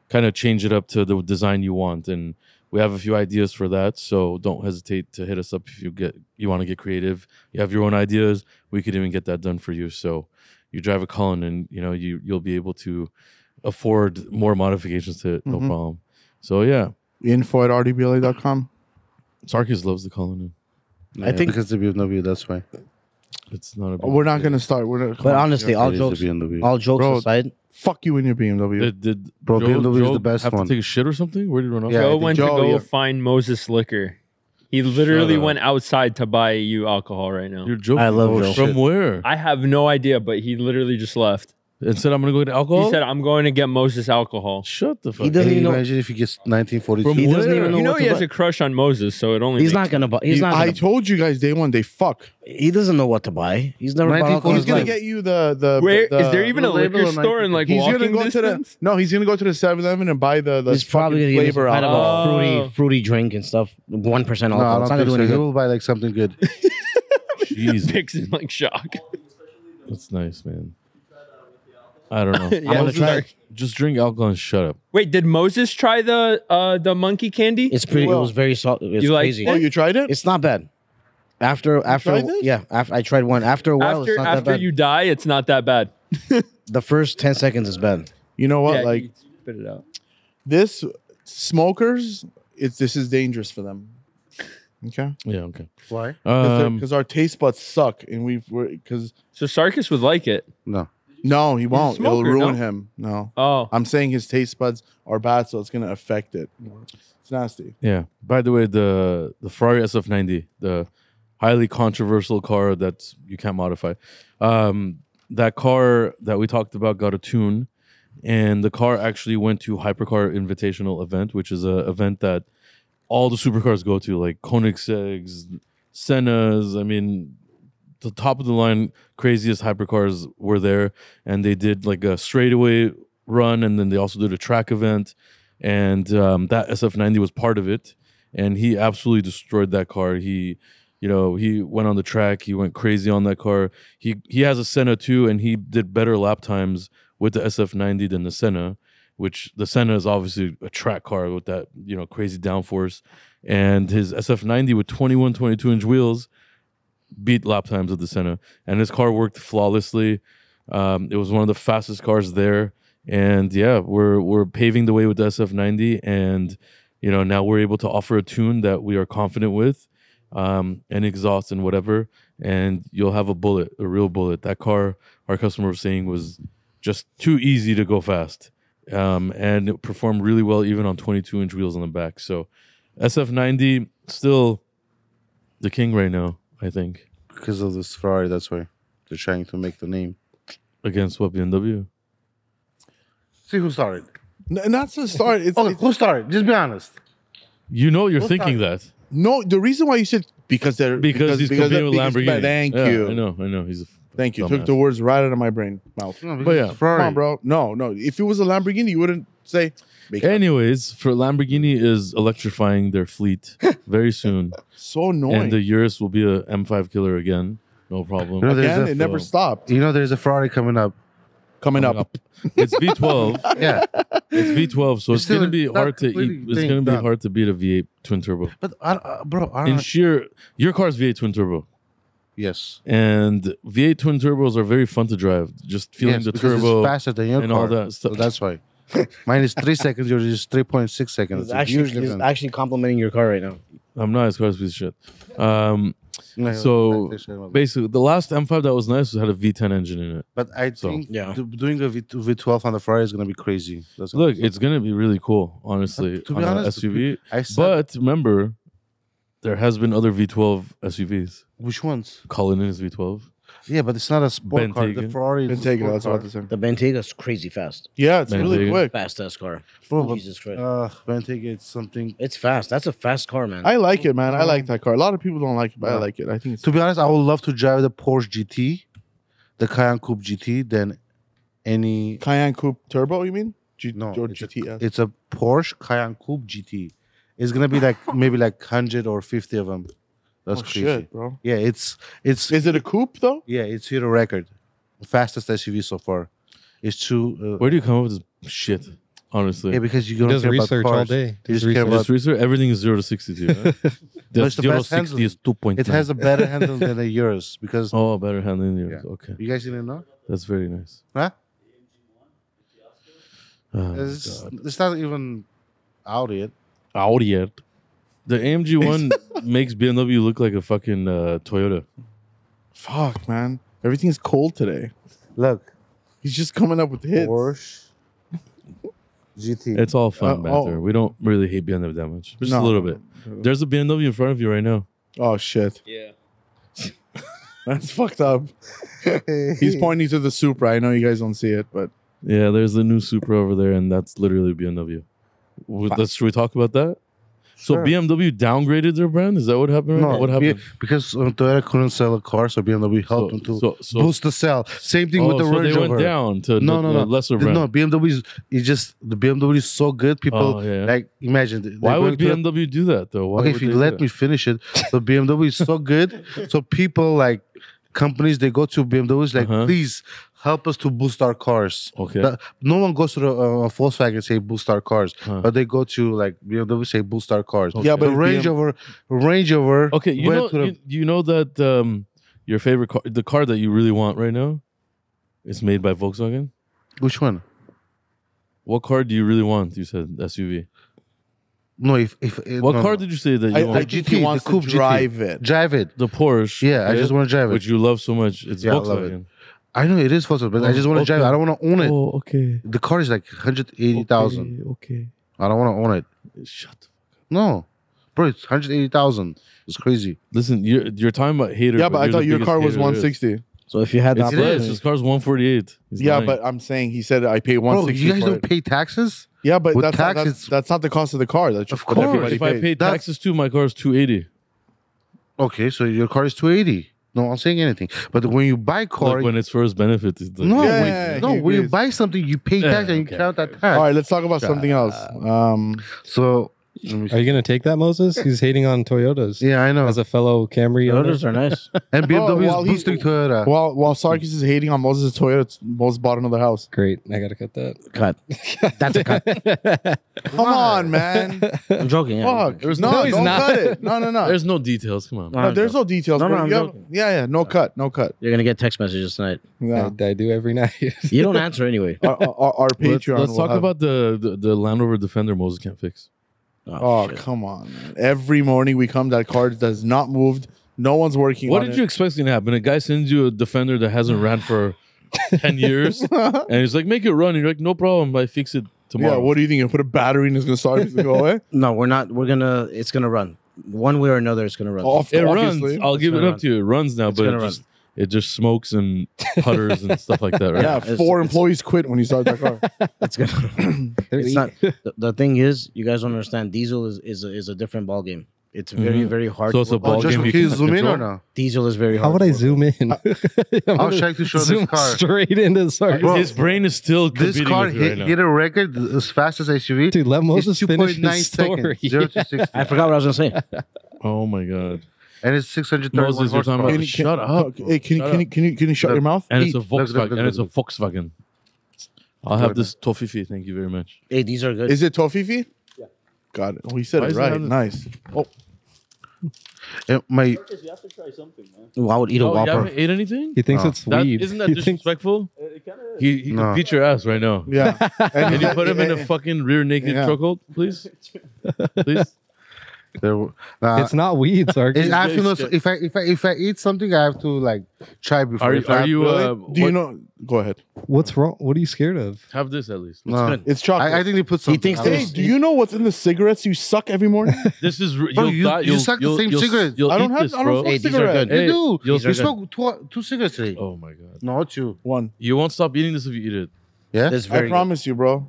kind of change it up to the design you want. And we have a few ideas for that. So don't hesitate to hit us up if you get you want to get creative. You have your own ideas. We could even get that done for you. So you drive a Cullen and you know you you'll be able to afford more modifications to it, no Mhm. problem. So yeah. Info at rdbla.com. Sarkis loves the Cullen. I think because the BMW, that's why. It's not a big We're not deal. gonna start. We're not, come But on. honestly, It all is jokes, the BMW. all jokes Bro. aside, fuck you in your BMW. Did, did Bro, Joe- BMW is Joe the best have one. to take a shit or something? Where did you run off? Yeah, I Joe think went to Joe, go yeah. find Moses Liquor. He literally Shut up. went outside to buy you alcohol right now. You're joking. I love Joe. From where? I have no idea, but he literally just left. and said I'm gonna go get alcohol. He said, "I'm going to get Moses alcohol." "Shut the fuck." He up." doesn't Can even you know. imagine if he gets 1942? From He doesn't where? even know. You know what he to has buy. a crush on Moses, so it only He's (laughs) makes- not gonna buy. He's not. I Gonna, told you guys day one they fuck. he doesn't know what to buy. He's never bought 94 alcohol. in He's his He's gonna life. get you the the. Where is the- there even the a liquor label on store in like he's walking gonna go distance? to the. No, he's gonna go to the 7-Eleven and buy the the He's probably fucking gonna get flavor flavor kind out. of alcohol. a Oh. fruity, fruity drink and stuff. One percent No, alcohol. I it's don't not gonna do think so. He anything. will buy like something good. (laughs) Jesus, Picks in like shock. that's nice, man. I don't know. (laughs) Yeah, gonna it's try dark. Just drink alcohol and shut up. Wait, did Moses try the uh the monkey candy? It's pretty. It Well, was very salt. It's you like crazy. Oh, you tried it? It's not bad. After after tried this? yeah, after, I tried one. After a while, after it's not that after bad. you die, it's not that bad. the first ten seconds is bad. You know what? Yeah, like you spit it out. this, smokers, it's this is dangerous for them. Okay, Yeah, okay. Why? Um, because our taste buds suck, and we've because So Sarkis would like it. No. no, he won't. It'll smoker, ruin no? him. No, Oh, I'm saying his taste buds are bad, so it's gonna affect it. It's nasty. yeah. By the way, the the Ferrari SF90, the highly controversial car that you can't modify. Um, that car that we talked about got a tune, and the car actually went to Hypercar Invitational event, which is a event that all the supercars go to, like Koenigseggs, Senna's. I mean, the top of the line craziest hypercars were there, and they did like a straightaway run, and then they also did a track event, and um, that SF90 was part of it, and he absolutely destroyed that car. He you know, he went on the track. He went crazy on that car. He he has a Senna too, and he did better lap times with the SF90 than the Senna, which the Senna is obviously a track car with that you know crazy downforce, and his SF90 with 21, 22 inch wheels beat lap times of the Senna, and his car worked flawlessly. Um, it was one of the fastest cars there, and yeah, we're we're paving the way with the SF90, and you know now we're able to offer a tune that we are confident with um, and exhaust and whatever, and you'll have a bullet, a real bullet. That car, our customer was saying, was just too easy to go fast, um, and it performed really well even on 22 inch wheels on the back. So, SF90 still the king right now, I think. Because of this Ferrari, that's why. They're trying to make the name. Against what BMW? See who started. N- not (laughs) to start. It's, Okay, it's- who started? Just be honest. You know you're What's thinking that no. The reason why you said because they're because, he's competing with because- Lamborghini. Thank Yeah, you. I know. I know. He's a f- Thank you. dumbass. Took the words right out of my brain mouth. No, But yeah. it's Ferrari. Come on, bro. No, no. If it was a Lamborghini, you wouldn't say. Make Anyways, for Lamborghini is electrifying their (laughs) fleet very soon, so and annoying. the Urus will be a M5 killer again. No problem. You know, there's Again, a- it never stopped. (laughs) You know, there's a Ferrari coming up. coming up. It's (laughs) V12. Yeah, it's V12, so it's, It's still gonna be not hard to eat. completely It's gonna thing be done. hard to beat a V8 twin turbo. but I, uh, bro, I In don't, sheer, your car's V8 twin turbo, yes, and V8 twin turbos are very fun to drive. Just feeling yes, the because turbo it's faster than your and car. all that So stuff. that's why. Mine is three seconds. Yours is three point six seconds. He's It's a actually, huge he's difference. actually complimenting your car right now. I'm not as cars piece of shit. Um, so, No, that's actually- basically, the last M5 that was nice had a V10 engine in it. but I so- think Yeah. do- doing a V V twelve on the Ferrari is gonna be crazy. That's Look, it's gonna be really cool, honestly. To be on a honest, SUV. I said, But remember, there has been other V12 SUVs. which ones? Colin is V12. Yeah, but it's not a sport car. The Bentayga. Ferrari is a Bentayga, sport that's car. about the same. The Bentega's crazy fast. Yeah, it's really Bentayga. quick. Fast ass car. Bro, but, Jesus Christ. uh, Bentayga, it's something. it's fast. That's a fast car, man. I like it, man. I like that car. A lot of people don't like it, but I Yeah. like it. I think it's To be honest, I would love to drive the Porsche GT, the Cayenne Coupe GT, than any. Cayenne Coupe Turbo. You mean? G- No, or it's a- GTS. It's a Porsche Cayenne Coupe GT. It's gonna be (laughs) like maybe like hundred or fifty of them. That's Oh, crazy. shit, bro. Yeah, it's it's Is it a coupe though? yeah, it's hit a record, fastest SUV so far. It's two. Uh, Where do you come up with this shit? Honestly, yeah, because you He don't does care research about all cars. day. You He's just care research. Just about. research, everything is zero to sixty. Dude, (laughs) right? That's it's the zero to best sixty is two point. It has a better (laughs) handle than the yours because oh better handling yours. Okay, you guys didn't know. that's very nice. Huh? Oh, It's, God. it's not even out yet. Audi yet. The AMG (laughs) one makes BMW look like a fucking uh, Toyota. Fuck, man. Everything's cold today. Look, He's just coming up with hits. Porsche GT. It's all fun, Uh, banter. oh. We don't really hate BMW that much, just a No. little bit. There's a BMW in front of you right now. Oh shit, Yeah. that's (laughs) fucked up. (laughs) He's pointing to the Supra. I know you guys don't see it, but Yeah, there's the new Supra over there, and that's literally BMW. W- Fuck. that's- should we talk about that? So Sure. BMW downgraded their brand. Is that what happened? Right No, now? What happened? because uh, Toyota couldn't sell a car, so BMW helped them to so, so- boost the sale. Same thing with oh, the so Range they went Rover. down to No, the, no, the no. lesser brand. No, BMW is it's just the BMW is so good. People Oh, yeah. like imagine. th- Why they're would going to- BMW do that though? Why okay, would if you they do let that? me finish it, so BMW is so (laughs) good. So people like companies they go to BMWs like, Uh-huh. please help us to boost our cars. Okay. That- no one goes to the, uh, Volkswagen and say boost our cars, Huh. but they go to like BMW say boost our cars. Okay. Yeah, but the if Range BM Rover, Range Rover. Okay, you went know, to the- you, you know that um, your favorite car, the car that you really want right now, is made by Volkswagen. Which one? What car do you really want? You said SUV. No, if if it, What no, car no. did you say that you I, want? I The think GT, he the wants to coupe GT. drive it. drive it? the Porsche. Yeah, I just want to drive it. Which you love so much. It's Yeah, I love Volkswagen. I know it is Volkswagen, but I Oh, just want to drive it. okay. I don't want to own it. Oh, okay. The car is like hundred eighty thousand. Okay. I don't want to own it. okay. Shut. the- No, bro, it's hundred eighty thousand. It's crazy. Listen, you're you're talking about hater. Yeah, but I you're the thought your biggest car was hater there is. 160. so if you had the It's less. opportunity, This car's 148. He's Yeah, lying. but I'm saying he said I pay Bro, 160. you guys for don't it. pay taxes. Yeah, but With that's, not, tax, that's, it's- that's not the cost of the car. That's just Of what course. everybody if I pays. paid That's- taxes too, my car's 280. Okay, so your car is two eighty. No, I'm saying anything. But when you buy car, Like when it's for his benefit. It's like, no, Yeah, when, yeah, no, he when you agrees. buy something, you pay Yeah, tax and you okay, count that tax. All right, let's talk about something else. Um, So, let me Are you gonna take that, Moses? He's hating on Toyotas. see. yeah, I know. As a fellow Camry owner, Toyotas are nice. And BMW while is he- boosting Toyota. while while Sarkis is hating on Moses' Toyota, Moses bought another house. great. I gotta cut that. (laughs) cut. That's a cut. Come (laughs) on, man. I'm joking. Yeah. Fuck. No, don't cut it. No, no, no. There's no details. Come on. No, No, I'm there's no details. No, no, bro. I'm You have- joking. yeah, yeah. No cut. No cut. You're gonna get text messages tonight. Yeah. I, I do every (laughs) night. You don't answer anyway. our, our, our Let's, Patreon. let's will talk have- about the, the the Land Rover Defender Moses can't fix. Oh, shit. come on. Man. Every morning we come, that car does not moved. No one's working. What on did it. you expect's gonna happen? A guy sends you a Defender that hasn't ran for 10 years, and he's like, "Make it run." And you're like, "No problem. I fix it tomorrow." Yeah, what do you think? You put a battery in it's gonna start it's gonna go away? No, we're not. We're gonna. It's gonna run. One way or another, it's gonna run. (laughs) Off, it obviously. runs. Oh, I'll give it gonna up to you. It runs now, It's but it gonna just it just smokes and putters and stuff like that, right? Yeah, it's- four it's- employees quit when you start that car. It's gonna. it's not. (laughs) The, the thing is, you guys don't understand. Diesel is is a, is a different ball game. It's very Mhm. very hard. So it's to a work ball oh, with. game Joshua, you can you can zoom in control? or no? Diesel is very hard. How would to I work zoom in? (laughs) (laughs) I'll try to show this zoom car. straight into sorry. Bro, His brain is still This competing car with you right hit, now. hit a record as fast as SUV. Dude, let Moses it's two finish point nine his seconds, (laughs) story. zero to sixty, I forgot what I was gonna say. (laughs) (laughs) Oh my god! and it's six hundred thirty-one Moses, you're talking about horsepower. Can you- shut up. Hey, can, you Shut up. can, you, can you can you shut Look. your mouth? And it's a Eat. Volkswagen. And it's a Volkswagen. I'll have this tofifi. Thank you very much. Hey, these are good. Is it tofifi? Yeah. Got it. Oh, he said Why it is it right. having- Nice. Oh, Uh, my You have to try something, man. Ooh, I would eat a Oh, you Whopper. haven't ate anything? Uh, He thinks No. it's That, weed. isn't that He (laughs) thinks- disrespectful? He, he No. could beat your ass right now. yeah. Can you put him (laughs) in a fucking rear naked Yeah. chokehold, please? Please? there, w- nah, it's not weed, Sark. It's, I have to know it's- if I if I if I eat something, I have to like try before. Are, If I are have you, to- uh, Do you what- know? Go ahead. What's wrong? What are you scared of? have this at least? No. good. It's chocolate. I, I think they put He something. thinks I they- Hey, was- do you know what's in the cigarettes you suck every morning? This is re- Bro, you'll you- die- you you'll- suck the you'll- same you'll- cigarette. You'll I don't eat have- this, I don't bro. smoke Hey, these are cigarettes. good. You Hey, do. you'll- You smoke two, two cigarettes today. Oh my god! Not you. One. You won't stop eating this if you eat it. Yeah. That's I very. good. promise you, bro.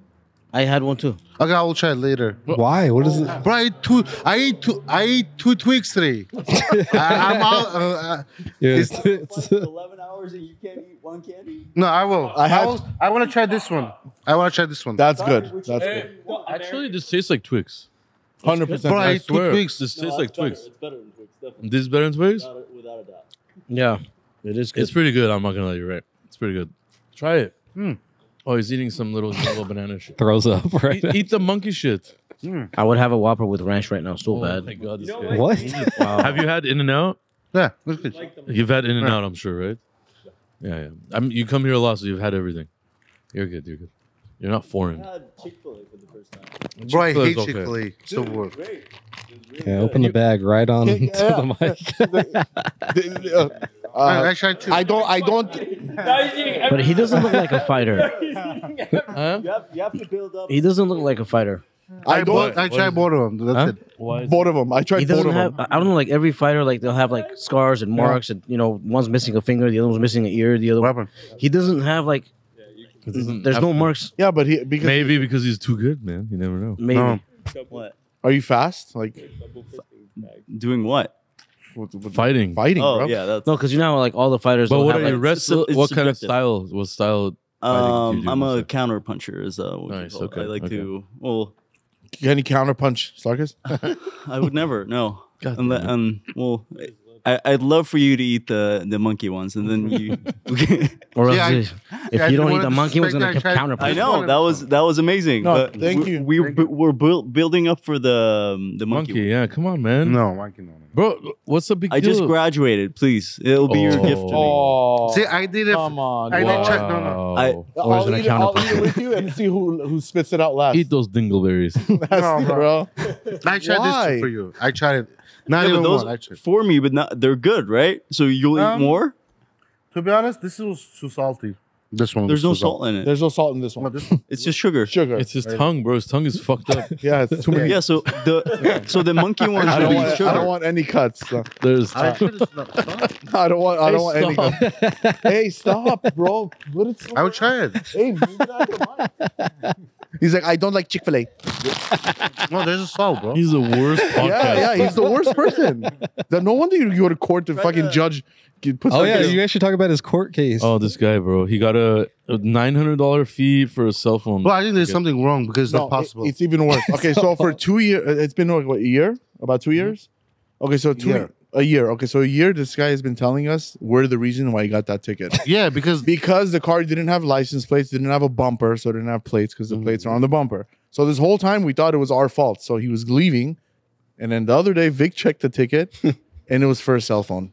I had one too. Okay, I will try it later. Why? What is it? Bro, I ate two. I ate two. I ate two twigs (laughs) today. I, I'm out. Uh, uh, Yeah, It's- it's- it's- Eleven hours and you can't eat one candy. no, I will. I I, had- will. I want to try this one. I want to try this one. That's good. That's good. Actually, this tastes like Twix. Hundred percent. Bro, I I ate two swear, twigs. this tastes like Twix. It's better than Twix, definitely. This is better than Twix. Without a- Without a doubt. Yeah, it is good. It's pretty good. I'm not gonna lie, you're right. It's pretty good. Try it. Hmm. Oh, he's eating some little (laughs) yellow banana shit. (laughs) throws up right Eat, now. eat the monkey shit. I would have a Whopper with ranch right now. So oh bad. my god, this You know guy. (laughs) What? Have you had In and Out? Yeah, that's good. You've had In and Out, I'm sure, right? Yeah, yeah. I'm, you come here a lot, so you've had everything. You're good. You're good. You're not foreign. had Chick Fil A for the first time. Bro, I Chick-fil-A is hate okay. Chick Fil A. So work. Great. It was really Yeah, good. open the bag right on Yeah, (laughs) to the mic. (laughs) Uh, I, uh, I tried two. I don't. I don't. Now he's eating But he doesn't look like a fighter. Huh? You have, you have to build up. He doesn't look like a fighter. I I, bought, don't. I What tried is it? both of them. That's Huh? it. Why is Both of them. I He tried both doesn't of have. them. I I don't know. Like every fighter, like they'll have like scars and marks, and you know, one's missing a finger, the other one's missing an ear, the other What one. happened? He doesn't have like. it doesn't There's have no to- marks. Yeah, but he because Maybe because he's too good, man. You never know. Maybe. No. What? are you fast? Like Doing what? with, with Fighting. fighting, Oh bro. yeah, that's. No, because you know, how, like all the fighters. But don't what have, are you like- it's- wrestling? it's What kind of subjective. style? What style? fighting you Um, do I'm a with counter puncher. Is uh, what you Nice, call it. okay, I like okay. to. Well, Can he counter punch Sarkis? I would never. No. God Unle- damn it. um, well, I, I'd love for you to eat the the monkey ones, (laughs) and then you. Or else Yeah, I- if if I you didn't don't eat wanna the monkey, was gonna disrespect that. I tried- counter. I know that was that was amazing. No, but thank we, you. We Thank you. we're build, building up for the um, the monkey. Monkey. Yeah, come on, man. No, I can. Bro, what's the big I deal? just graduated. Please, it'll be your gift to me. Oh, See, I did it. come on. I did bro. try- no, no. Wow. Or is I'll, it a eat it, I'll counter eat it with you and see who who spits it out last. Eat those dingleberries. (laughs) (laughs) That's No, it, bro. I tried Why? this for you. I tried it. Not Yeah, but even those one. I tried. for me, but not they're good, right? So you'll Um, eat more. To be honest, this was too salty. This one. There's no was too salt in it. There's no salt in this salty. No, one. this one. It's just sugar. Sugar. it's his tongue, bro. His tongue is fucked (laughs) up. yeah, it's too many. Yeah. So the so the monkey ones I will don't, be want, sugar. I don't want any cuts. (laughs) no. There's I tried this. no, salt. I don't want. I don't Hey, want any stop. cuts. hey, stop, bro. But it's I will try it. Hey, move it out of your mind. He's like, I don't like Chick Fil A. No, there's a salt, bro. he's the worst podcast. Yeah, yeah. He's the worst person. That no wonder you go to court to Try fucking to- judge. get- Puts Oh like yeah, this- you guys should talk about his court case. Oh, this guy, bro. He got a, a nine hundred dollar fee for a cell phone. Bro, I think there's Okay. something wrong because it's No, not possible. it- it's even (laughs) worse. Okay, so for two years, it's been like what, a year, about two years. Okay, so two Mm-hmm. Year. a year. Okay, so a year. This guy has been telling us we're the reason why he got that (laughs) ticket yeah, because because the car didn't have license plates, didn't have a bumper, so it didn't have plates because the plates are on the Mm-hmm. bumper. So this whole time we thought it was our fault. So he was leaving, and then the other day Vic checked the (laughs) ticket, and it was for a cell phone.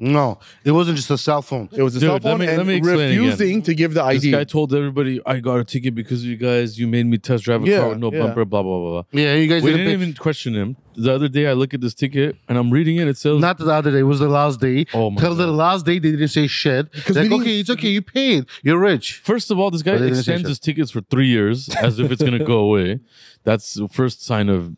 no, it wasn't just a cell phone. It was a Dude, cell let phone me- let and me explain again. refusing to give the this ID. guy told everybody, "I got a ticket because of you guys. You made me test drive a Yeah, car with no yeah. bumper. Blah blah blah blah." Yeah, you guys We didn't didn't pay. even question him. The other day, I look at this ticket and I'm reading it. It says, Not the other day. It was the last day. "Oh my Till the God. last day, they didn't say shit. we Like, didn't- okay, it's okay. You paid. You're rich. First of all, this guy But they didn't say extends shit. his tickets for three years as if it's (laughs) gonna go away. That's the first sign of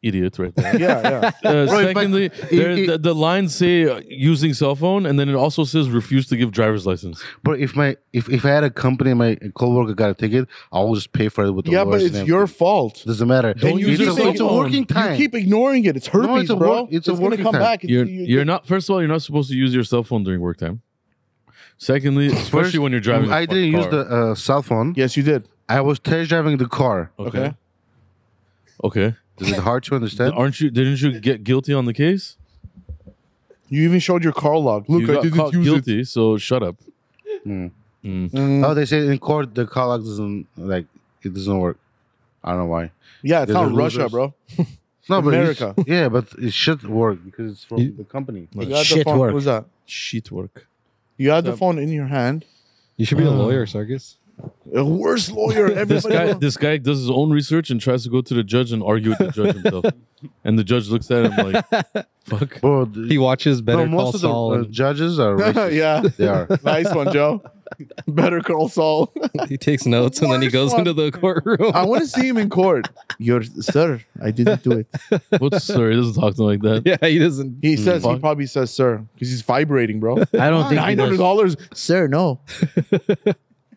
idiot right there. (laughs) yeah, yeah. Uh, (laughs) Right, but secondly, there- it- the, the lines say uh, using cell phone, and then it also says refuse to give driver's license. But if my if, if I had a company, my coworker got a ticket, I will just pay for it with the yeah, but lawyers it's and your everything. fault. Doesn't matter. Don't use it's, your a, cell it's a phone. working time. You keep ignoring it. It's herpes, No, it's a bro. work- it's a gonna working come time. back. It's- You're you- you're not. First of all, you're not supposed to use your cell phone during work time. Secondly, especially First, when you're driving. a I didn't fucking use the car. uh, cell phone. Yes, you did. I was test driving the car. Okay. Okay. Is it hard to understand? Aren't you? Didn't you get guilty on the case? You even showed your car log. Look, you I got didn't caught use guilty, so shut up. Hmm. Mm. Mm, Oh, they say in court the call doesn't like it doesn't work. I don't know why. yeah, it's they're not the Russia, losers. bro. No, but it's- America. (laughs) yeah, but it should work because it's from You- the company. You It had the shit phone. work. Who's that? Shit work. You had the Yeah. phone in your hand. You should be a Uh. lawyer, Sarkis. The worst lawyer. This guy, Everybody. this guy does his own research and tries to go to the judge and argue with the judge himself. and the judge looks at him like, "Fuck." Bro, the- He watches Better no, Call most of the Saul. uh, (laughs) judges are racist. yeah, They are. (laughs) nice one, Joe. Better call Saul. and he takes notes and then he worst goes one. into the courtroom. I want to see him in court. Your sir, I didn't do it. What's sir? He doesn't talk to him like that. (laughs) yeah, he doesn't. He says he Fuck. probably says sir because he's vibrating, bro. I don't think he Nine hundred does. dollars, sir. No,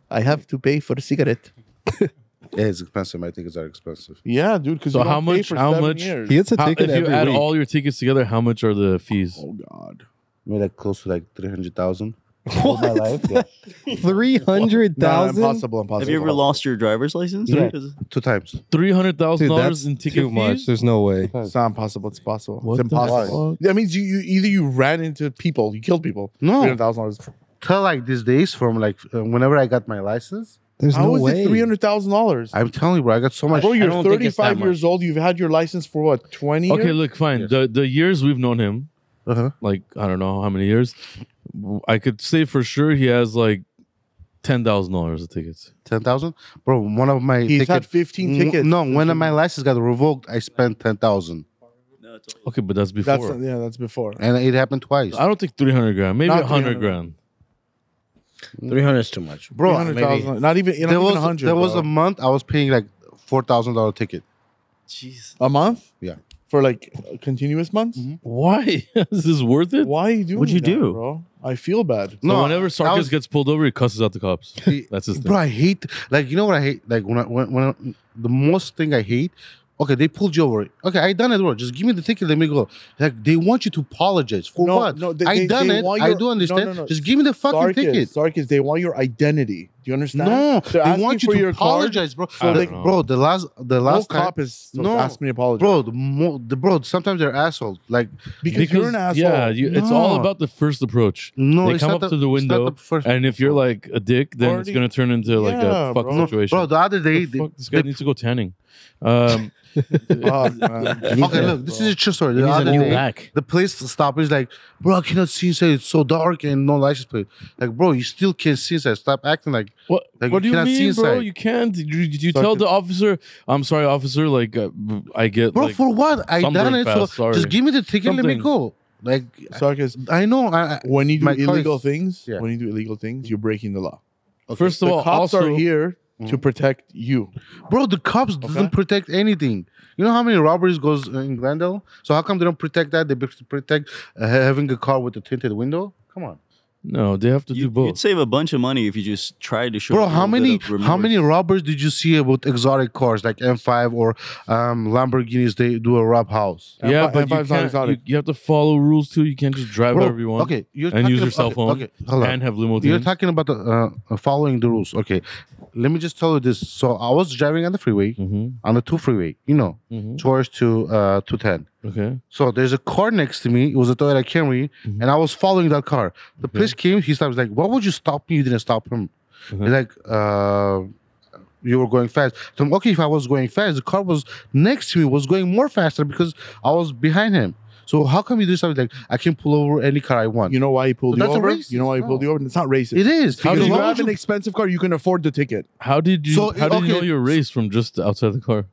I have to pay for a cigarette. Yeah, it's expensive. I think it's are expensive. Yeah, dude. Because So you don't how pay much- For how seven much- Years. He gets a How- ticket if you every add week. all your tickets together, how much are the fees? Oh God, maybe like close to like three hundred thousand. (laughs) what? (laughs) Three hundred No, no, thousand? impossible, impossible. Have you ever lost your driver's license? Yeah. 'Cause- Two times. Three hundred thousand dollars in ticket too much. fees. There's no way. It's not impossible. It's possible. What it's the impossible. That means you, you either you ran into people, you killed people. Three No, hundred thousand dollars. till like these days from like uh, whenever I got my license, There's How no is way. it three hundred thousand dollars? I'm telling you, bro, I got so much. Bro, I you're don't think it's that 35 years old. You've had your license for what, 20? years? Okay, look, fine. The the years we've known him, Uh-huh. like I don't know how many years. I could say for sure he has like ten thousand dollars of tickets. Ten thousand, bro. One of my He's had ticket- 15 tickets. No, when my license got revoked, I spent ten thousand, Okay, but that's before. That's, yeah, that's before. and it happened twice, I don't think three hundred grand. Maybe Not hundred 300. grand. Three hundred is too much. bro. I- 300,000. Not even, you know, there was 100. there was bro. a month I was paying like four thousand dollar ticket. Jeez. a, month? Yeah. For like continuous months? Mhm. Mm-hmm. Why (laughs) is this worth it? Why are you doing What'd you that, do? bro? I feel bad. No, No, whenever I Sarkis was- gets pulled over, he cusses out the cops. He- (laughs) That's his thing. Bro, I hate like you know what I hate like when I when, when I, the most thing I hate. Okay, they pulled you over. Okay, I done it, bro. Just give me the ticket. Let me go. Like they want you to apologize for No, what? no, they- I they- done they it. want I your- do understand. no, no. Just give me the fucking Sarkis, ticket. Sarkis, they want your identity. Do you understand? No, they They're asking want you for to your card. apologize, bro. So The- they- bro, the last the No last time, cop is no. No. ask me to apologize. bro, the, mo- the bro. Sometimes they're assholes. Like because, you're an asshole. Yeah, you, (laughs) it's all No. about the first approach. no, They it's come not up to the it's not window first- And if you're like a dick, then it's Already- gonna turn into like Yeah, a fuck bro. no, situation. bro, the other day, The they, fuck, this guy needs to go tanning. Um, Fuck, man. okay, look, this is a true story. He The needs a other new day, back. the police stop is like, bro, I cannot see inside. It's so dark and no license plate. Like, bro, you still can't see inside. Stop acting like what Like, what do you you cannot see mean, bro? inside. You can't. Did you, did you So I tell can- the officer? I'm sorry, officer. Like uh, I get Bro, like for what? I some done break it. So fast, sorry. just give me the ticket. Let Something. me go. Like, Sarkis, I know. I, I- when you do My car illegal is- things, yeah. when you do illegal things, you're breaking the law. first of the all, cops also are here to Mhm. protect you. bro, the cops Okay. doesn't protect anything. You know how many robberies goes in Glendale? So how come they don't protect that? They pr- protect uh, having a car with a tinted window. Come on, No, they have to do You, both. would save a bunch of money if you just tried to show. bro. a How little bit many of how many remorse. robbers did you see about exotic cars like M5 or um, Lamborghinis? They do a rob house. yeah, M5 but you, M5's not can't, exotic. you, you have to follow rules too. You can't just drive Bro, wherever you want Okay, you're And talking use your about- cell okay, phone Okay, hold on. and have limo. You're teams. talking about the, uh, following the rules. Okay, let me just tell you this. So I was driving on the freeway, Mhm, on the two freeway, you know, mhm. towards to uh, 210. Okay. So there's a car next to me. It was a Toyota Camry, Mhm. and I was following that car. The Okay. police came. He stopped. He's like, "Why would you stop me? You didn't stop him." He's Mhm. like, uh, "You were going fast." So I'm, okay, if I was going fast, the car was next to me was going more faster because I was behind him. So how come you do something like I can pull over any car I want? You know why he pulled But you that's a over? racist, You know why he no. pulled you over? It's not racist. it is How do Because because you you- why would have an you- expensive car, you can afford the ticket. How did you? So, how did you know okay, your race from just outside the car?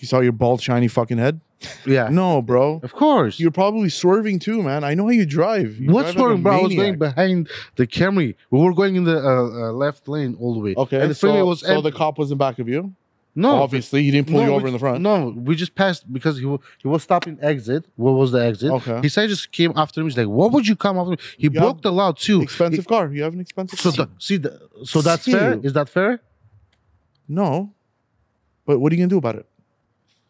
You saw your bald, shiny fucking head? yeah, No, bro. of course. You're probably swerving too, man. I know how you drive. You What's drive like a wrong, bro? I was maniac. going behind the Camry. We were going in the uh, uh, left lane all the way. Okay, and the freeway so, was so the empty. cop was in back of you. no, Obviously, he didn't pull No, you we over in the just- front. No, we just passed because he wa- he was stopping exit. What was the exit? Okay. He said just came after me. He's like, "What would you come after me?" He Yeah. broke the law too. Expensive He- car. You have an expensive so car. the, see, the, so that's fair. Ew. Is that fair? No. But what are you going to do about it?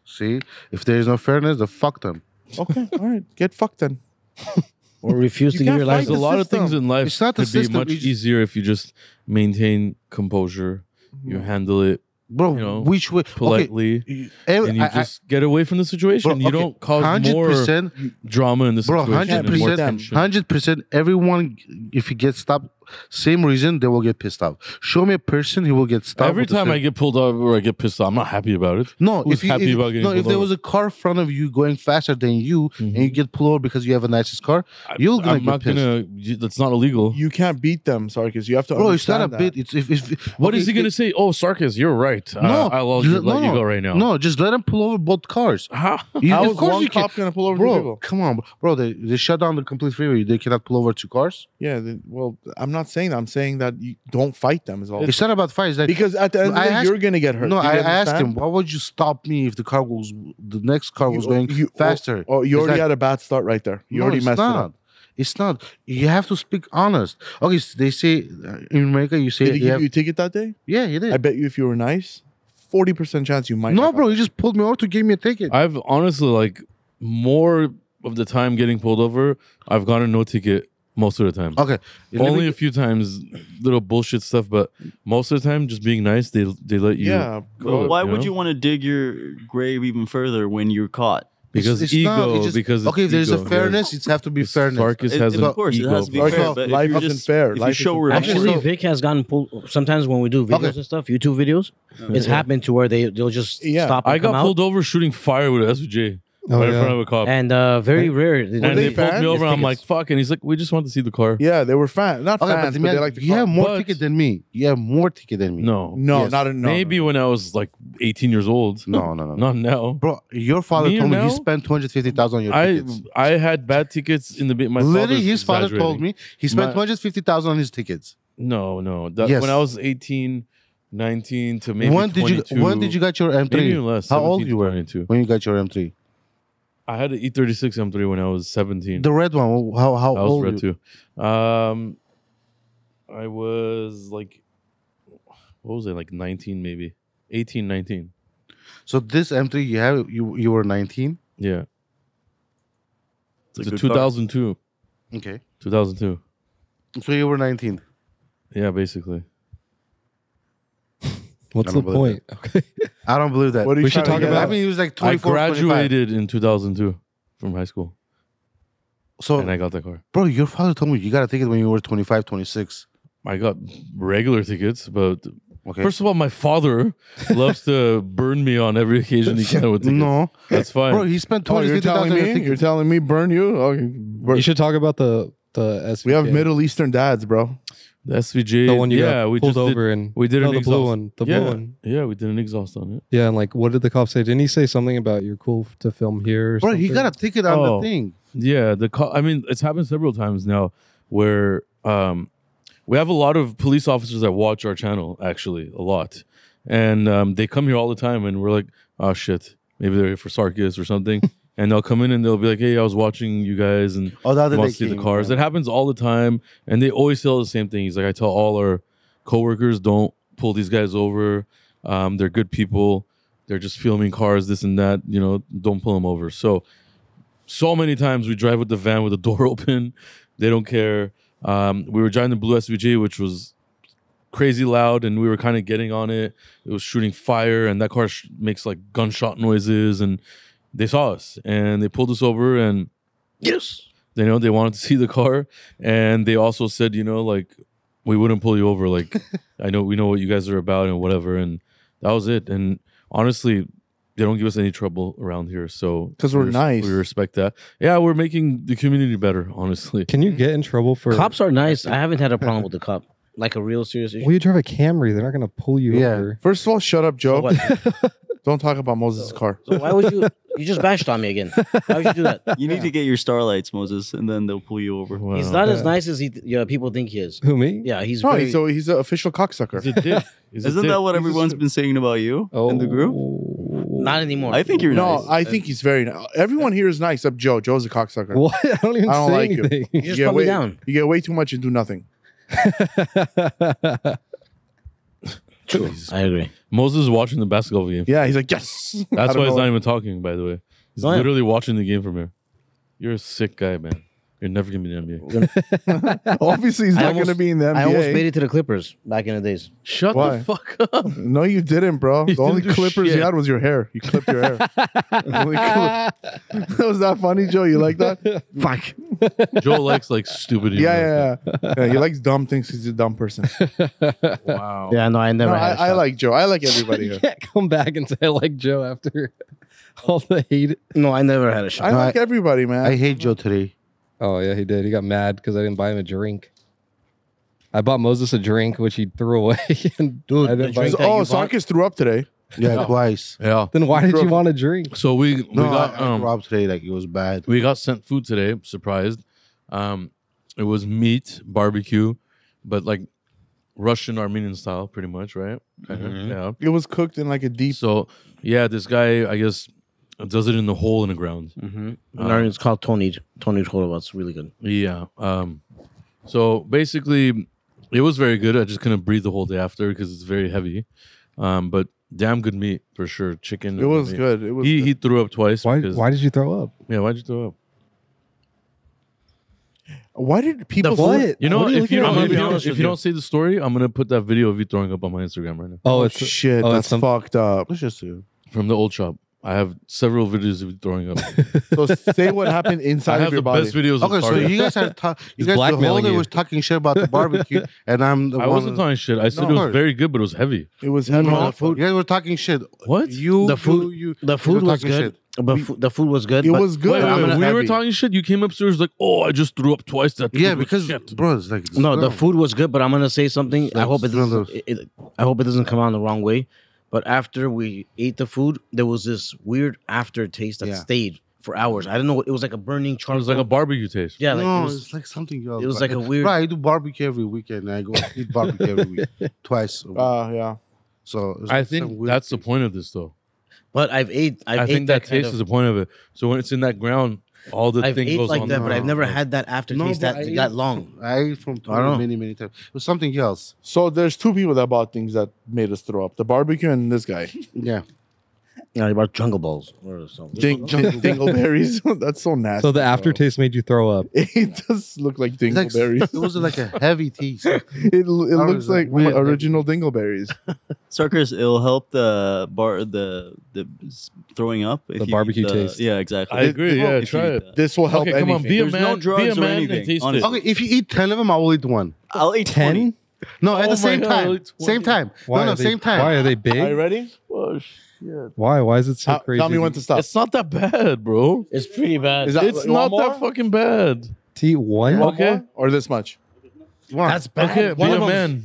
See, if there is no fairness, then fuck them. Okay, (laughs) all right. Get fucked then. (laughs) Or refuse You to give can't your fight There's license. a the lot of system. things in life It's not the could be system, much you just- easier if you just maintain composure. Mm-hmm. You handle it Bro, You know, which way? politely, Okay. and you just get away from the situation. you don't cause hundred more percent, drama in the bro. situation. Hundred and more them. percent, tension. hundred percent. Everyone, if he gets stopped, Same reason they will get pissed off. Show me a person who will get stopped. Every with the time same- I get pulled over or I get pissed off, I'm not happy about it. no, who's if you, happy if, about getting no, if pulled there over. Mm-hmm. was a car in front of you going faster than you and you get pulled over because you have a nicest car, you're gonna I'm get not pissed. gonna. you- That's not illegal. You can't beat them, Sarkis. You have to. Bro, it's not a understand bit. It's if, if What is okay, he gonna say? Oh, Sarkis, you're right. Uh, No, I'll l- let no, you go right now. No, just let them pull over both cars. (laughs) How? You- that. How of is course one you can. cop gonna pull over two Bro, people? come on, bro. bro. They, they shut down the complete freeway. They cannot pull over two cars. Yeah. Then, well, I'm not saying that. I'm saying that you don't fight them. Is all. (laughs) It's not about fights. Like, because at the end of the I day, asked- you're gonna get hurt. no, Do you I asked understand? him, why would you stop me if the car was the next car was You- going you- faster? Oh, you It's already like- had a bad start right there. You No, already it's messed not. it up. It's not. You have to speak honest. Okay, so they say uh, in America you say Did he you give have- you a ticket that day? yeah, you I did. bet you if you were nice, forty percent chance you might. Hmm. no, have bro, had you just pulled me over to give me a ticket. I've honestly like more of the time getting pulled over. I've gotten no ticket most of the time. okay, Uh, let me- Only a few times, little bullshit stuff, but most of the time, just being nice, they they let it. you. Yeah, Well, bro. What? Why you would know? you want to dig your grave even further when you're caught? because It's- it's ego. not, it's just- because okay, if it's there's a ego. fairness, it's have to be It's- fairness. Sarkis It- has of an course, it ego has to be problem. fair. Life- But life if you're isn't just, fair. If you Life show isn't fair. remorse, Actually, so- Vic has gotten pulled. Sometimes when we do videos Okay. and stuff, YouTube videos, it's happened to where they they'll just Yeah. stop. And I got come pulled over shooting fire with a SVJ Oh, right in yeah. front of a cop, out, and uh, very rare. and, Were they, they pulled fans? me over. Yes, I'm tickets. like, "Fuck!" And he's like, "We just want to see the car." Yeah, they were fans. Not Okay, fans, but, but, man, they like to you have more But- ticket than me. You have more ticket than me. No, No, Yes. not a, no. Oh, maybe when I was like 18 years old. no, no, no. no. not now. Bro, your father Me told me he now? spent two hundred fifty thousand on your I tickets. I had bad tickets in the bit. My Literally, father's his father exaggerating. told me he spent My- two hundred fifty thousand on his tickets. No, no. That, Yes. When I was 18, 19 to maybe when did 22, you? When did you get your M Maybe even three? less. How old 17 to you were? 22. When you got your M three, I had E an E36 M3 when I was 17. the red one. How how I was old? red you? too. Um, I was like, what was it? Like 19 maybe. 18, 19. So this M three you have you you were nineteen. Yeah. a It's a good car. 2002. Okay, 2002. so you were nineteen. Yeah, basically. What's I the don't believe point? (laughs) Okay. I don't believe that. What are you We should trying to get talk about- I at? mean, he was like I 24, 25. graduated in 2002 from high school Oh. So, and I got that car. bro, your father told me you got a ticket when you were 25, 26. I got regular tickets, but Okay. First of all, my (laughs) father loves to burn me on every occasion he can with tickets. no, That's fine. bro, he spent Oh, twenty you're fifty thousand telling on your me? tickets. You're telling me burn you? Okay, burn. You should talk about the the SVK. we have Middle Eastern dads, bro. the SVJ. the one you yeah, got we pulled just did- over and we did no, an the blue exhaust. one. The yeah, blue one. yeah, we did an exhaust on it. Yeah, and like, what did the cop say? Didn't he say something about you're cool to film here? Or Bro, he something? got a ticket on Oh. the thing. Yeah, the co- I mean, it's happened several times now where um, we have a lot of police officers that watch our channel. Actually, a lot, and um, they come here all the time, and we're like, oh shit, maybe they're here for Sarkis or something. And they'll come in and they'll be like, "Hey, I was watching you guys, and Oh, the other want day to see the came, cars. yeah. It happens all the time, and they always tell the same thing. He's like, I tell all our coworkers, don't pull these guys over. Um, they're good people. They're just filming cars, this and that. You know, don't pull them over. So, so many times we drive with the van with the (laughs) door open. They don't care. Um, we were driving the blue SVJ, which was crazy loud, and we were kind of getting on it. It was shooting fire, and that car sh- makes like gunshot noises, and they saw us and they pulled us over and Yes. they know they wanted to see the car and they also said you know like we wouldn't pull you over like i know we know what you guys are about and whatever and that was it and honestly they don't give us any trouble around here so 'Cause we're we res- nice. we respect that yeah we're making the community better honestly Can you get in trouble for Cops are nice. I haven't had a problem with the cop, like a real serious issue. Well, you drive a Camry. They're not going to pull you Yeah. over. First of all, shut up, So Joe. what? Don't talk about Moses' car. So why would you? You just bashed on me again. Why would you (laughs) do that? You need to get your starlights, Moses, and then they'll pull you over. Wow. He's not as Yeah. nice as he th- yeah, people think he is. Who me? Yeah, he's No, very. he's a, he's an official cocksucker. He's a dick. (laughs) He's a Isn't dick. that what everyone's been saying about you Oh. in the group? not anymore. I think you're No, nice. I think he's very. ni- Everyone here is nice, except Joe. Joe's a cocksucker. (laughs) What? I don't even I don't say like you. anything. you just Yeah, put wait. me down. You get way too much and do nothing. (laughs) Jesus. I agree. moses is watching the basketball game Yeah, he's like yes. that's (laughs) I don't why he's know. not even talking by the way he's No, I am. literally watching the game from here you're a sick guy man You're never gonna be in the NBA. (laughs) Obviously, he's I not almost- going to be in the NBA. I almost made it to the Clippers back in the days. Shut Why? the fuck up. No, you didn't, bro. (laughs) You the only didn't do clippers shit. you had was your hair. You clipped your hair. The only clip- (laughs) was that funny, Joe? You like that? Yeah, Fuck. (laughs) Joe likes like stupid. yeah, yeah. yeah. He likes dumb things. 'cause He's a dumb person. yeah. Wow. Yeah, no, I Oh. No, never. I, had a I shot. like Joe. I like everybody (laughs) you here. (laughs) can't come back and say I like Joe after (laughs) all the hate. No, I never had a shot. I like everybody, man. I hate Joe today. Oh yeah, he did. He got mad because I didn't buy him a drink. I bought Moses a drink, which he threw away. (laughs) and Dude, I the didn't buy drink- that oh, you bought- Sarkis threw up today. Yeah, twice. Yeah. Then why did Bro. you want a drink? So we we No, got I, I um, threw up today. Like it was bad. we got sent food today. I'm Surprised. Um, it was meat barbecue, but like Russian Armenian style, pretty much, right? Kinda, Yeah. It was cooked in like a deep. So yeah, this guy, I guess, does it in the hole in the ground. Mhm. Uh. Learn- it's called Tony Tony Cholova. It's really good. Yeah. Um, so basically, it was very good. I just couldn't breathe the whole day after because it's very heavy. Um, but damn good meat for sure. Chicken. It was meat. good. It was. He good. he threw up twice. Why? because- Why did you throw up? Yeah. Why'd you throw up? Why did people? You know, What are if you looking don't, if you at? I'm gonna be don't, honest if with you don't see the story, I'm gonna put that video of you throwing up on my Instagram right now oh, Oh it's shit! oh, it's that's some- fucked up. Let's just do. from the old shop. I have several videos of you throwing up. So say what (laughs) happened I inside have of your the body. best videos. Okay, of so Cardiff. you guys are ta- you He's guys the whole blackmailing day you. was talking shit about the barbecue, and I'm the I one. wasn't talking shit. I said No, it of was course. very good, but it was heavy. It was No, heavy. no, No, you guys were talking shit. What? You, The the food- food, you, The food talking was good, but fu- the food was good. it but was good. Wait, wait, I'm wait, gonna- we were heavy. talking shit. You came upstairs like, "Oh, I just threw up twice." That yeah, food was because shit." bro, it's like No, the food was good, but I'm gonna say something. I Like, hope it smell doesn't. It, it- I hope it doesn't come out the wrong way. But after we ate the food, there was this weird aftertaste that Yeah. stayed for hours. I don't know. It was like a burning it charcoal. was like a barbecue taste. yeah, like no, it was, it's like something else. it was bro. like a weird- Bro, I do barbecue every weekend. I go eat barbecue every (laughs) week, twice. a week. Uh, yeah. so it's I like some think weird that's the thing. point of this, though. but I've ate. I've I ate think that, that kind taste of- is the point of it. So when it's in that ground, all the I've thing ate goes like on. that, but there. I've never had that aftertaste but that I that ate- long. I ate from I don't know. many many times. It was something else. So there's two people that bought things that made us throw up: the barbecue and this guy. Yeah, You know, about jungle balls or something. Ding, ding, (laughs) dingleberries. (laughs) That's so nasty. So the bro. aftertaste made you throw up. (laughs) It does look like It's like, (laughs) dingleberries. it was like a heavy (laughs) taste. it it looks like like weird. original dingleberries. Suckers, it'll help the bar the the s- throwing up. If The you eat barbecue the- taste. Yeah, exactly. I agree. If you Yeah, eat try it. that. This will help okay, come on, anything. be a There's man. no be a drugs or man anything, and taste honestly. it. Okay, if you eat ten of them, I will eat one. I'll eat 20. Ten? No, at Oh the same my God, time, it's same 20. time. Why no, no, are they, same time. Why are they big? Are you ready? Why? Why is it so Tell- crazy? Tell me when to stop. It's not that bad, bro. It's pretty bad. Is that- It's you not want that more? fucking bad. to eat one. Want Okay. more? Or this much? One. bad. Okay, be one a of 'em- man.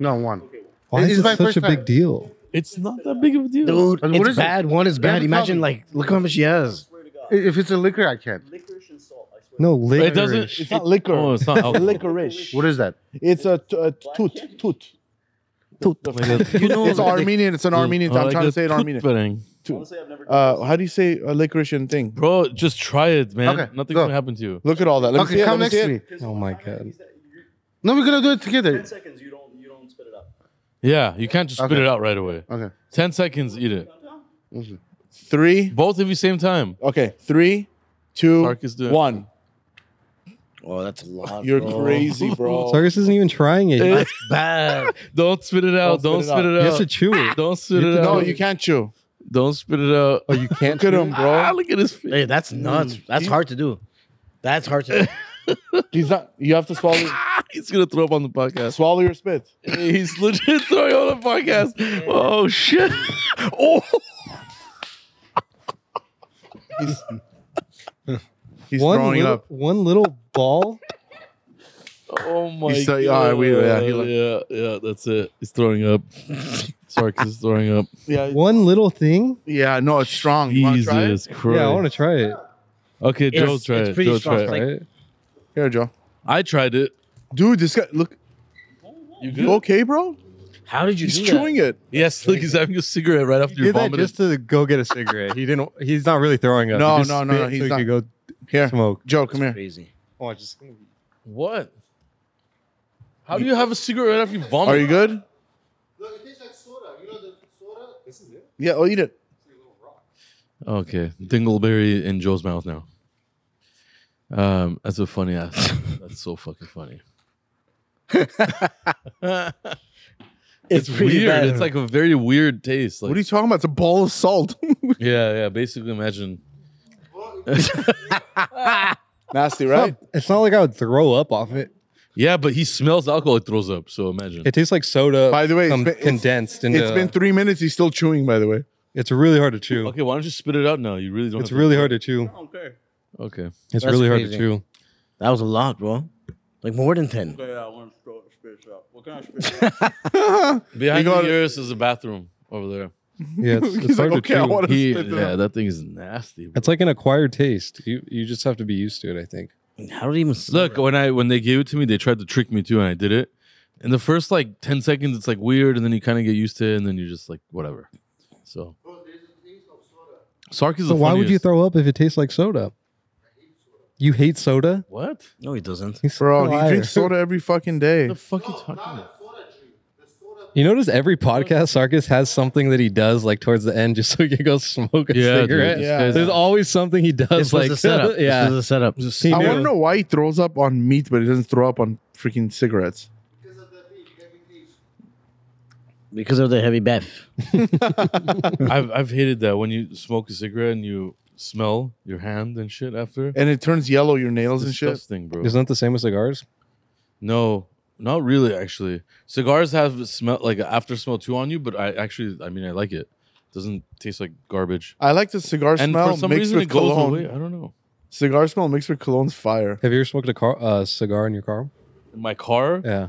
no one. Why It's is my it such first a big time. deal? It's not that big of a deal. Dude, And what it's is it? bad. One is bad. the Imagine, problem. like, look how much he has. If it's a liquor, I can't. No, liquor. it doesn't. It's not liquor. Oh, (laughs) it's not alcohol. Licorice. What is that? It's a, t- a toot. Toot. You know, (laughs) It's Armenian. It's an Oh, Armenian. I'm trying to say it in Armenian. Armenian. Uh, how do you say a licorice and thing? Bro, just try it, man. Okay, Nothing's go. gonna happen to you. Look at all that. Let me okay, see it, come let next see to it. me. Oh my god. No, we're gonna do it together. seconds, you don't, you don't spit it up. Yeah, you can't just spit Okay. it out right away. Okay. Ten seconds, eat it. Three. Both of you same time. Okay. Three, two, Sark is doing- one. Oh, that's a lot. You're bro. crazy, (laughs) bro. Cyrus isn't even trying it. You It's bad. Don't spit it out. Don't spit it have to out. chew it. Don't spit it No, out. you can't chew. Don't spit it out. Oh, you can't. Look at him, Ah, bro. look at his face. Hey, that's nuts. That's hard to do. That's hard to do. He's not. You have to swallow. (laughs) He's gonna throw up on the podcast. swallow your spit. He's legit throwing on the podcast. Oh shit! (laughs) Oh, He's one throwing little, up. One little ball. oh my He's so- god! yeah, we- yeah, he yeah, yeah, that's it. He's throwing up. (laughs) Sark is throwing (laughs) up. Yeah. One little thing. Yeah. No, it's strong. You want to try it? Jesus Christ! Yeah, I want to try it. okay, It's- Joe, try it's it. pretty Joe, strong. try it. It's like- Try it. Here, Joe. I tried it. Dude, this guy. Look. You You okay, bro? How did you He's do chewing it. Yes, look, he's having a cigarette right after you Did that vomited. just to go get a cigarette. He didn't. He's not really throwing up. No, He just no, no, spit no, he's so he not. could go (laughs) Here, smoke. Joe. Come that? here. Crazy. Oh, I just. what? How do you have a cigarette right after you vomit? Are you good? Yeah. I'll eat it. Okay, dingleberry in Joe's mouth now. Um, that's a funny (laughs) ass. that's so fucking funny. It's, pretty weird. bad. It's like a very weird taste. Like, what are you talking about? It's a ball of salt. (laughs) yeah, yeah. Basically, imagine. Nasty, It's right? not, it's not like I would throw up off it. Yeah, but he smells alcohol. It throws up. So imagine. It tastes like soda. By the way, it's com- been- it's- condensed into. it's been three minutes. He's still chewing, by the way. it's really hard to chew. Okay, why don't you spit it out now? You really don't. It's have to- really hard to chew. Okay. Okay. It's That's really hard to crazy. chew. that was a lot, bro. Like more than ten. Yeah, I want to spit it out. What kind of spit Behind You the got- yours is a bathroom over there. Yeah, (laughs) it's, He's it's hard like, to "Okay, I chew. wanna He, spit it yeah, out." that thing is nasty. bro. It's like an acquired taste. You you just have to be used to it. I think. How did it even smell Look, when I when they gave it to me, they tried to trick me too, and I did it. In the first like ten seconds, it's like weird, and then you kind of get used to it, and then you're just like whatever. So. Sark is So the why would you funniest. throw up if it tastes like soda? You hate soda? What? No, he doesn't. He's Bro, a he liar. drinks soda every fucking day. The fuck you talking about? You notice every podcast, Sarkis has something that he does like towards the end, (laughs) just so he can go smoke a Yeah, dude, cigarette. this Yeah. guy's- There's always something he does. This was like a setup. (laughs) yeah, This was a setup. He I knew. want to know why he throws up on meat, but he doesn't throw up on freaking cigarettes. Because of the heavy bath. I've I've hated that when you smoke a cigarette and you smell your hand and shit after. And it turns yellow your nails and shit. Disgusting, bro. isn't that the same with cigars? No, not really. Actually, cigars have a smell like an after smell too on you, but I actually, I mean, I like it. Doesn't taste like garbage. I like the cigar and smell for some mixed reason, with it goes cologne. away. I don't know. Cigar smell mixed with cologne's fire. Have you ever smoked a car uh, cigar in your car? In my car, Yeah,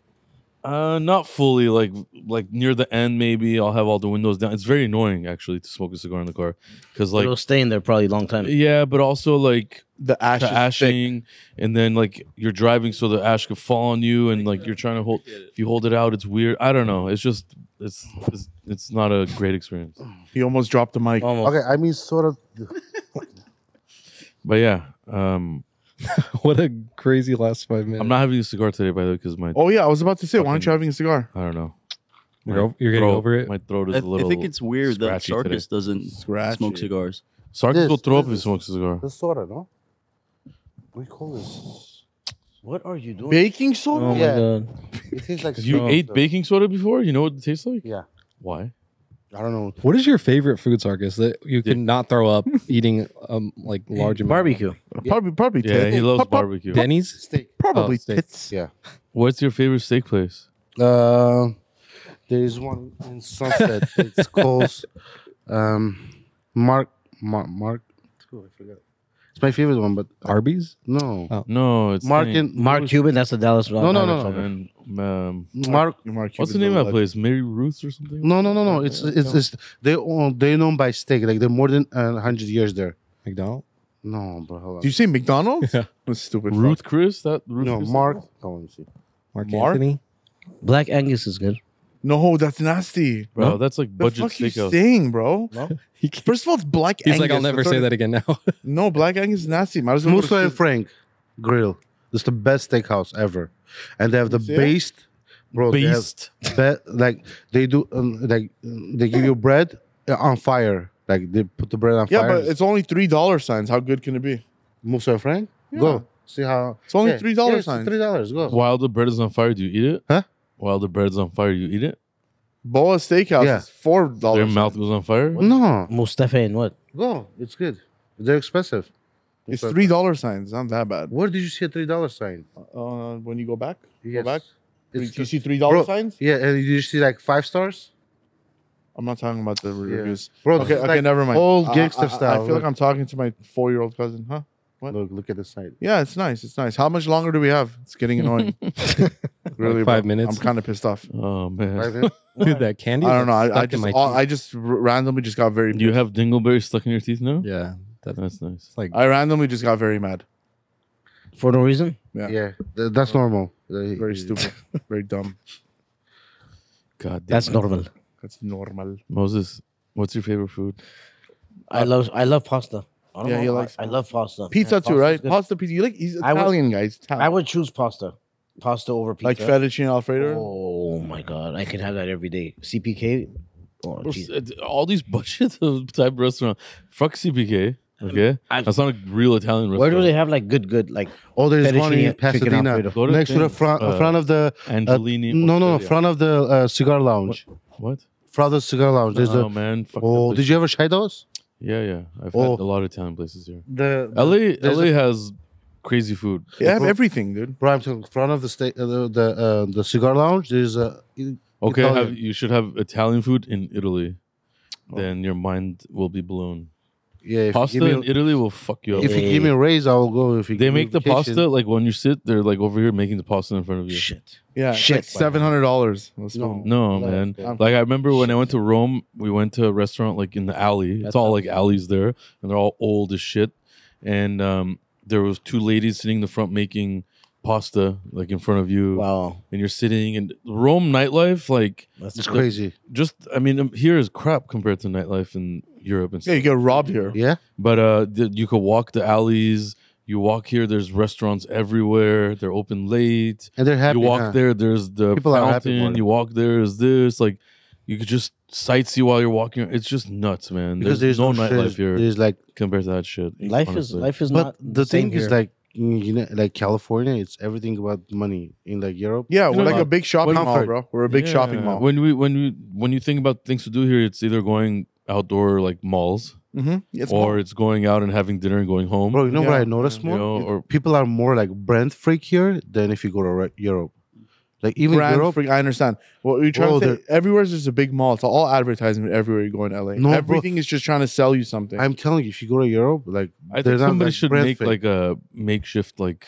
(laughs) uh, not fully. Like like near the end, maybe I'll have all the windows down. It's very annoying actually to smoke a cigar in the car because like It'll stay in there probably a long time. yeah, but also like The ash. the is thick. ashing, and then like you're driving, so the ash could fall on you, and like you're trying to hold. If you hold it out, it's weird. I don't know. It's just it's it's, it's not a great experience. He almost dropped the mic. Almost. Okay, I mean soda. But yeah, um, what a crazy last five minutes. I'm not having a cigar today, by the way, because my Oh yeah, I was about to say, why aren't Fucking- you having a cigar? I don't know. You're, o- you're getting throat- over it. My throat is I, a little. I think it's weird that scratchy today. Sarkis doesn't Scratchy. smoke cigars. Sarkis This- will throw up if he this- smokes a cigar. The soda, no. What do you call this? What are you doing? Baking soda. Oh Yeah. my god. It tastes like You soda. ate baking soda before? You know what it tastes like? Yeah. Why? I don't know. What is your favorite food, Sarkis, that you Yeah. could not throw up eating um like large amount? Barbecue. Probably, probably. Yeah, tits. he loves Pro- pro- barbecue. Denny's. Steak. Probably Oh, steak. tits. What's your favorite steak place? Uh, there is one in (laughs) Sunset. it's called um, Mark Mark Mark. Oh, I forgot. It's my favorite one, but uh, Arby's. no. Oh. No, it's Mark not- and Mark Cuban, that's the Dallas. No, no, no, no. And, um, Mark. Your Mark what's the Cuban's name of a that legend. place? Mary Ruth's or something? No, no, no, no. It's it's, it's they own they known by steak. Like they're more than uh, hundred years there. McDonald's. No, bro. Hold Do you on. say McDonald's? Yeah. That's stupid. fuck. Ruth Chris? That Ruth No, Chris? Mark. Oh, let me see. Mark, Mark? Anthony. Black Angus is good. No, that's nasty. Bro, No? that's like The budget fuck you steakhouse. saying, bro? He can't- First of all, it's Black He's Angus. like, I'll The never third- say that again now. (laughs) No, Black Angus is nasty. Might as well go to Musso and Sid- Frank Grill. It's the best steakhouse ever, and they have the That's it? best. Bro, they have- Beast. be- like they do um, like um, they give you bread uh, on fire like they put the bread on Yeah, fire but it's only three dollar signs. How good can it be? move so frank Yeah. go see how It's only Yeah, three dollar yeah, it's signs. three dollars go While the bread is on fire, do you eat it? Huh? While the bread's on fire, you eat it? Boa Steakhouse Yeah. is four dollars. Your mouth goes on fire? no Mustafa and what? go it's good they're expensive It's Musso three Frank. dollar signs. Not that bad. where did you see a three dollar sign Uh, when you go back, yes. back? It's do you the- see three dollar Bro. signs? yeah and did you see like five stars I'm not talking about the reviews. bro Okay, this is okay, like never mind. old I- gangster I- I- I style. feel like I'm talking to my four year old cousin, huh? what? look look at the side Yeah, it's nice. It's nice. How much longer do we have? It's getting annoying. (laughs) really, Like bro. five minutes. I'm kind of pissed off. Oh, man. Right there. Dude, that candy. I don't know. like, I, I stuck in just, my all, teeth. I just r- randomly just got very. Do you have dingleberry stuck in your teeth now? yeah, that's That's nice. like I randomly just got very mad. For no reason? Yeah. yeah th- Oh. that's normal Uh, Very stupid. very dumb. God damn. That's it. normal. That's normal. Moses, what's your favorite food? I love I love pasta. I don't Yeah, know. he I- likes I, love pasta. Pizza Yeah, too, pasta's right? good. Pasta pizza. You like? He's I would- Italian guys. I would choose pasta. Pasta over pizza. like fettuccine alfredo. Oh my god. I could have that every day. CPK. Oh, Bro, jeez. (laughs) s- uh, All these budget type restaurant. Fuck CPK. Okay, I- that's not a real Italian restaurant. Where do they have like good, good like? Oh, there's one in Fettuccine chicken Pasadena. Alfredo. Go Next to the front, uh, front of the Angelini. no, no, no, Osteria. front of the uh, cigar lounge. What? Front of the cigar lounge. There's oh a. man. Fuck that Oh, place. did you ever try those? Yeah, yeah. I've Oh. had a lot of Italian places here. The, LA, there's LA has crazy food. They have everything, dude. Bro, I'm talking front of the sta- uh, the the, uh, the cigar lounge. There's a. Okay, have, Italian. you should have Italian food in Italy. Then your mind will be blown. Yeah, if you Pasta give in me, Italy will fuck you up. if you give me a raise, I will go. If you they give me make the vacation. pasta like when you sit, they're like over here making the pasta in front of you. Shit. Yeah, it's like Shit. seven hundred dollars. Let's No. go. No, No, man. I'm- Like I remember when I went to Rome, we went to a restaurant like in the alley. It's That's all not- like alleys there, and they're all old as shit. And um, there was two ladies sitting in the front making pasta like in front of you, Wow. and you're sitting. And Rome nightlife, like That's It's crazy. just I mean, um, here is crap compared to nightlife in Europe and stuff. Yeah, you get robbed here. Yeah, But uh, th- you could walk the alleys. You walk here. There's restaurants everywhere. They're open late. and they're happy. you walk huh? there. There's the People are happy for fountain. it. You walk there. Is this like you could just sightsee while you're walking? It's just nuts, man. because there's, no, shit. nightlife here There's like, compared to that shit. Life is honestly. life is but not. the same thing is here. like, you know, like California, it's everything about money. In like Europe, Yeah, You we're know, like a big shopping comfort. mall, bro. We're a big shopping Yeah. mall. When we when we when you think about things to do here, it's either going outdoor like malls, Mm-hmm. It's or mall. it's going out and having dinner and going home. bro. You know what Yeah. I noticed you more? know, or People are more like brand freak here than if you go to re- Europe. Like even brand Europe, freak- I understand. What you're trying Well, to say, everywhere's just a big mall. It's all advertisement everywhere you go in LA. No, bro. Everything is just trying to sell you something. I'm telling you, if you go to Europe, like I they're think not, somebody like, should brand make fit. like a makeshift like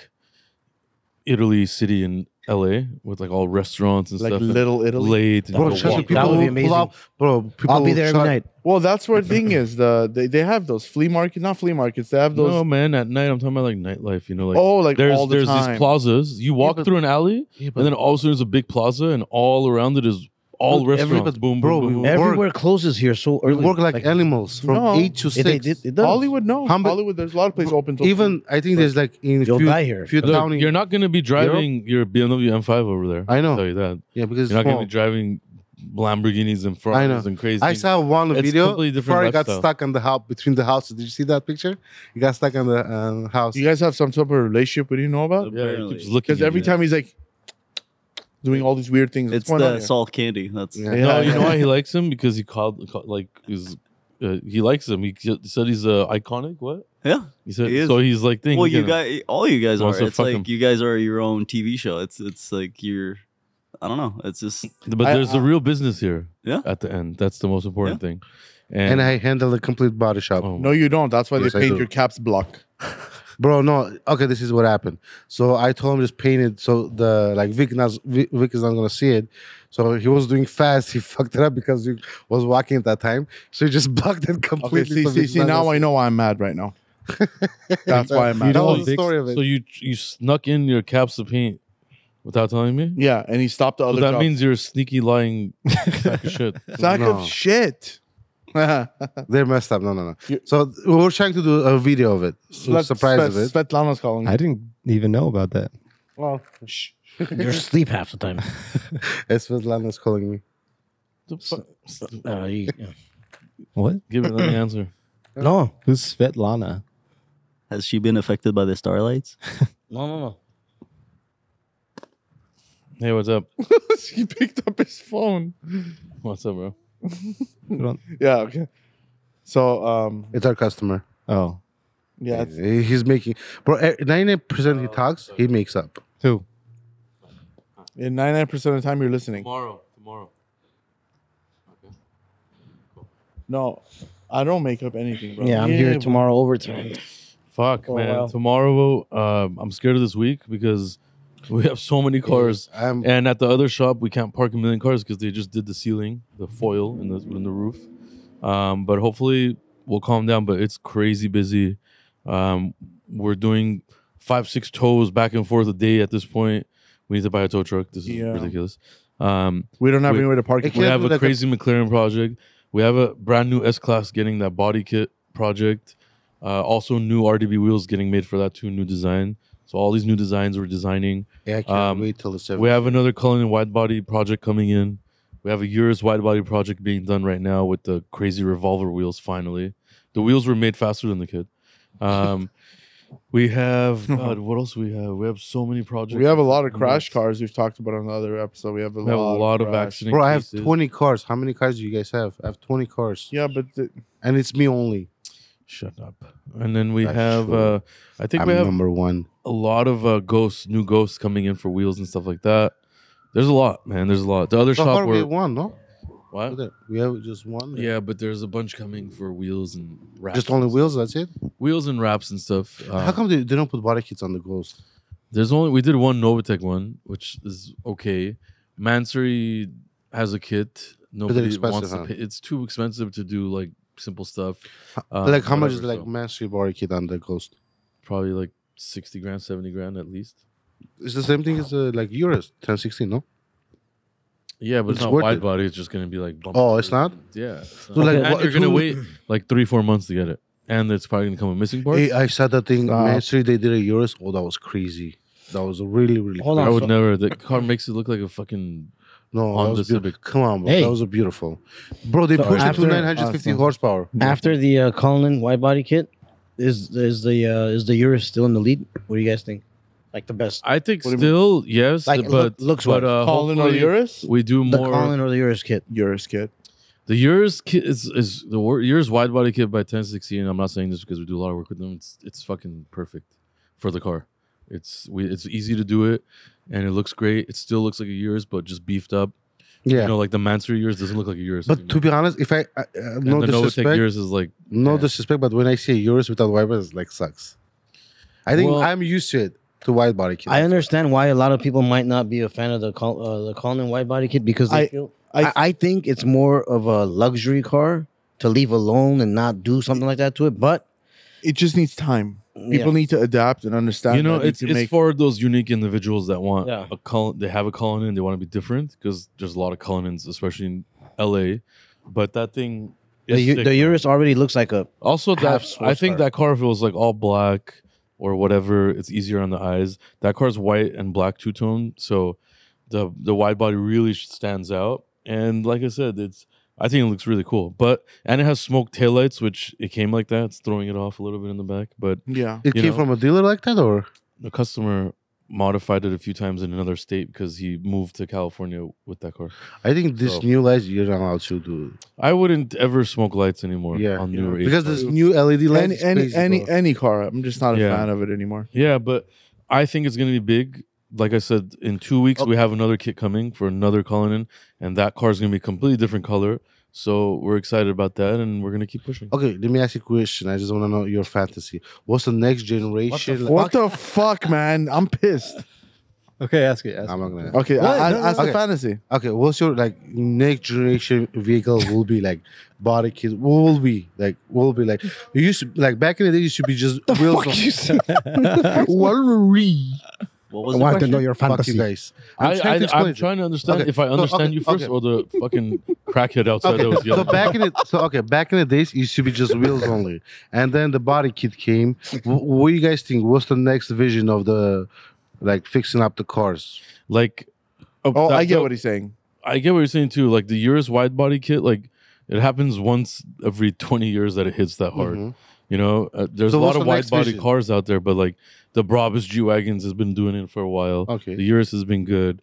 Italy city in LA with like all restaurants and like stuff. and Little Italy. late. and Bro, you bro, gotta walk shut trust me, That people would be will pull amazing. out, bro. People I'll be there will every start- night. Well, that's where the thing is. The they, they have those flea market, not flea markets. They have those. no man, at night I'm talking about like nightlife. You know, like oh, like there's all the there's time. these plazas. You walk but- through an alley, Yeah, but- and then all of a sudden there's a big plaza, and all around it is all Dude, every- restaurants. but boom, bro, boom, boom, we- boom. everywhere closes here so We early. work like, animals from No. eight to it, it, six. it, it does. Hollywood, no. Humble- Hollywood, there's a lot of places open. till even I think there's like in You'll few, die here. few Look, town. you're not gonna be driving your BMW M5 over there. I know. I'll tell you that. yeah, because You're not it's gonna small. be driving Lamborghinis and Ferraris and crazy. I things. saw one It's video. completely different Ferrari got lifestyle. stuck on the house between the houses. Did you see that picture? He got stuck on the um, house. you guys have some type of relationship we didn't know about Yeah, he Apparently. keeps looking because at every you. time he's like doing all these weird things. It's What's going on the here? salt candy. That's Yeah. No, you know why he likes him because he called, called- like is uh, he likes him. He c- said he's uh, iconic. What? Yeah, He said he is. so. He's like thinking. Well, you guys, all you guys Wants are. to It's fuck like him. you guys are your own TV show. It's it's like you're. I don't know. It's just But I- uh, there's a real business here. Yeah. At the end, that's the most important thing. And, and I handle the complete body shop. oh, No, you don't. That's why Yes, they I paint do. your caps black. Bro, no. Okay, this is what happened. So I told him just paint it so the like Vic, not, Vic, Vic is not gonna see it. So he was doing fast. (laughs) He fucked it up because he was walking at that time. So he just (laughs) blocked it completely. Okay, see, so see, Vic's see. not Now gonna I know why I'm mad right now. That's why I'm you mad. that know, was the Vic- story of it. So you you snuck in your caps of paint without telling me. Yeah, and he stopped the So other. that job. means you're a sneaky lying sack of shit. (laughs) sack No. of shit. (laughs) see. They're messed up. No, no, no. You- So we were trying to do a video of it. So Svet- surprise Svet- of it. Svetlana's calling. I didn't even know about that. Well, shh. You're asleep half the time. It's Svetlana's calling me. The fuck? (laughs) Uh, you, What? Give it an answer. no, Who's Svetlana? has she been affected by the starlights? no, no, no. Hey, what's up? (laughs) he picked up his phone. What's up, bro? Yeah. Okay. So, um, It's our customer. Oh, yeah, it's- He- He's making bro. eh, Ninety percent he talks, he makes up. who? in 99% of the time you're listening. Tomorrow. Tomorrow. No, I don't make up anything, bro. Yeah, I'm here but- tomorrow overtime. Fuck, Oh, man. wow. Tomorrow, um, I'm scared of this week because we have so many cars. Eh, I'm And at the other shop, we can't park a million cars because they just did the ceiling, the foil in the, in the roof. Um, but hopefully, we'll calm down. But it's crazy busy. Um, we're doing five, six tows back and forth a day at this point. We need to buy a tow truck. This is Yeah. ridiculous. Um, We don't have Wait. anywhere to park. It It. we Yeah, have but a like a- crazy McLaren project. We have a brand new S Class getting that body kit project. Uh, also, new RDB wheels getting made for that too. New design. So all these new designs we're designing. yeah, I can't Um, wait till the seventh. We have another Cullinan wide body project coming in. We have a Eurus wide body project being done right now with the crazy revolver wheels. Finally, the wheels were made faster than the kit. Um, we have God. What else we have? We have so many projects. We have a lot of crash cars we've talked about on the other episode. We have a, We have a lot, lot of crash. accident. Bro, I have cases. 20 cars. How many cars do you guys have? I have 20 cars. Yeah, but the, And it's me only. Shut up. And then we That's have. true. Uh, I think I'm we have number one. a lot of uh, ghosts, new ghosts coming in for wheels and stuff like that. There's a lot, man. There's a lot. The other So shop far, we where have one, no? what? We have just one. Yeah, but there's a bunch coming for wheels and wraps. Just only wheels, that's it? wheels and wraps and stuff. How Uh, come they, they don't put body kits on the Ghost? there's only we did one Novatech one, which is okay. Mansory has a kit. Nobody expensive, wants to huh? pay. It's too expensive to do like simple stuff. Um, like, how much is whatever, like so mastery body kit on the Ghost? probably like sixty grand, seventy grand at least. It's the same thing as uh, like Euros 1016, no? Yeah, but it's, It's not worth wide it. body. It's just gonna be like bump Oh, it's not? Yeah, it's not- So, like, and what- you're gonna who- wait like three, four months to get it, and it's probably gonna come with missing parts. Hey, I saw that thing. Uh-huh. Stop. Mastery, they did a Euros. Oh, that was crazy. That was really, really Hold I on. would so- never. The car makes it look like a fucking. No, Honda that was beautiful. Civic. Come on, bro. Hey. That was a beautiful. Bro, they So pushed after- it to uh, 950 awesome. horsepower. After the uh, Cullinan wide body kit, is is the uh, is the Urus still in the lead? What do you guys think? Like the best, I think What do you still yes, Like, but look- looks but wise. uh, Colin or hopefully Urus? we do the more. Cullinan or the Urus kit? Urus kit. The Urus kit is, is the wor- Urus wide body kit by 1016. and I'm not saying this because we do a lot of work with them. It's it's fucking perfect for the car. It's we it's easy to do it, and it looks great. It still looks like a Urus, but just beefed up. Yeah. You know, like the Mansory Urus doesn't look like a Urus. but to be honest, if I, I uh, and no the Novatech disrespect, Urus is like no yeah. disrespect, but when I see Euros without wipers, it's like sucks. I think Well- I'm used to it, to wide body kit. I understand why a lot of people might not be a fan of the Cul- uh, the Cullinan wide body kit because they I- feel, I- I, I think it's more of a luxury car to leave alone and not do something like that to it. But It just needs time. People yeah. need to adapt and understand. you know, that need it's, to it's make- for those unique individuals that want Yeah. a Cullen. They have a Cullinan. They want to be different because there's a lot of Cullinans, especially in L.A. But that thing, the, is U- sick. the Urus already looks like a also half that I think horsepower. that car if it was like all black or whatever, it's easier on the eyes. That car's white and black two tone, so the the wide body really sh- stands out. And like I said, it's I think it looks really cool. But and it has smoked taillights, which it came like that. It's throwing it off a little bit in the back, but yeah. it you came know. from a dealer like that, or the customer modified it a few times in another state because he moved to California with that car. I think this So- new lights you're not allowed to do. I wouldn't ever smoke lights anymore Yeah, on you newer know, age because cars. this new LED lights. Any is any crazy, any, bro. any car. I'm just not a Yeah. fan of it anymore. Yeah, but I think it's going to be big. Like I said, in two weeks we have another kit coming for another Cullinan, and that car is going to be a completely different color. So we're excited about that, and we're going to keep pushing. Okay, let me ask you a question. I just want to know your fantasy. What's the next generation? like- (laughs) What the fuck, man? I'm pissed. Okay, ask it. Ask I'm it. not gonna. Okay, What? I, I, No, no, that's okay. the fantasy. Okay, what's your like next generation vehicle will be like body kit? What will be like? What will be like? You used to, like back in the day. Used to be just wheels. on- What I Oh was the want to know question? your Fuck you fantasy. guys. I, trying to I, explain I'm it. trying to understand Okay, if I so- understand you okay, first okay. or (laughs) the fucking crackhead outside that was Okay, so yelling. back in the so okay back in the days it used to be just wheels only, and then the body kit came. Wh- What do you guys think? What's the next vision of the like fixing up the cars? like, Oh, that- I get that- what he's saying. I get what you're saying too. Like the Urus wide body kit, like it happens once every 20 years that it hits that hard. Mhm. You know, uh, there's So a lot what's of the next wide body vision? cars out there, but like the Brabus G wagons has been doing it for a while. Okay. The Urus has been good,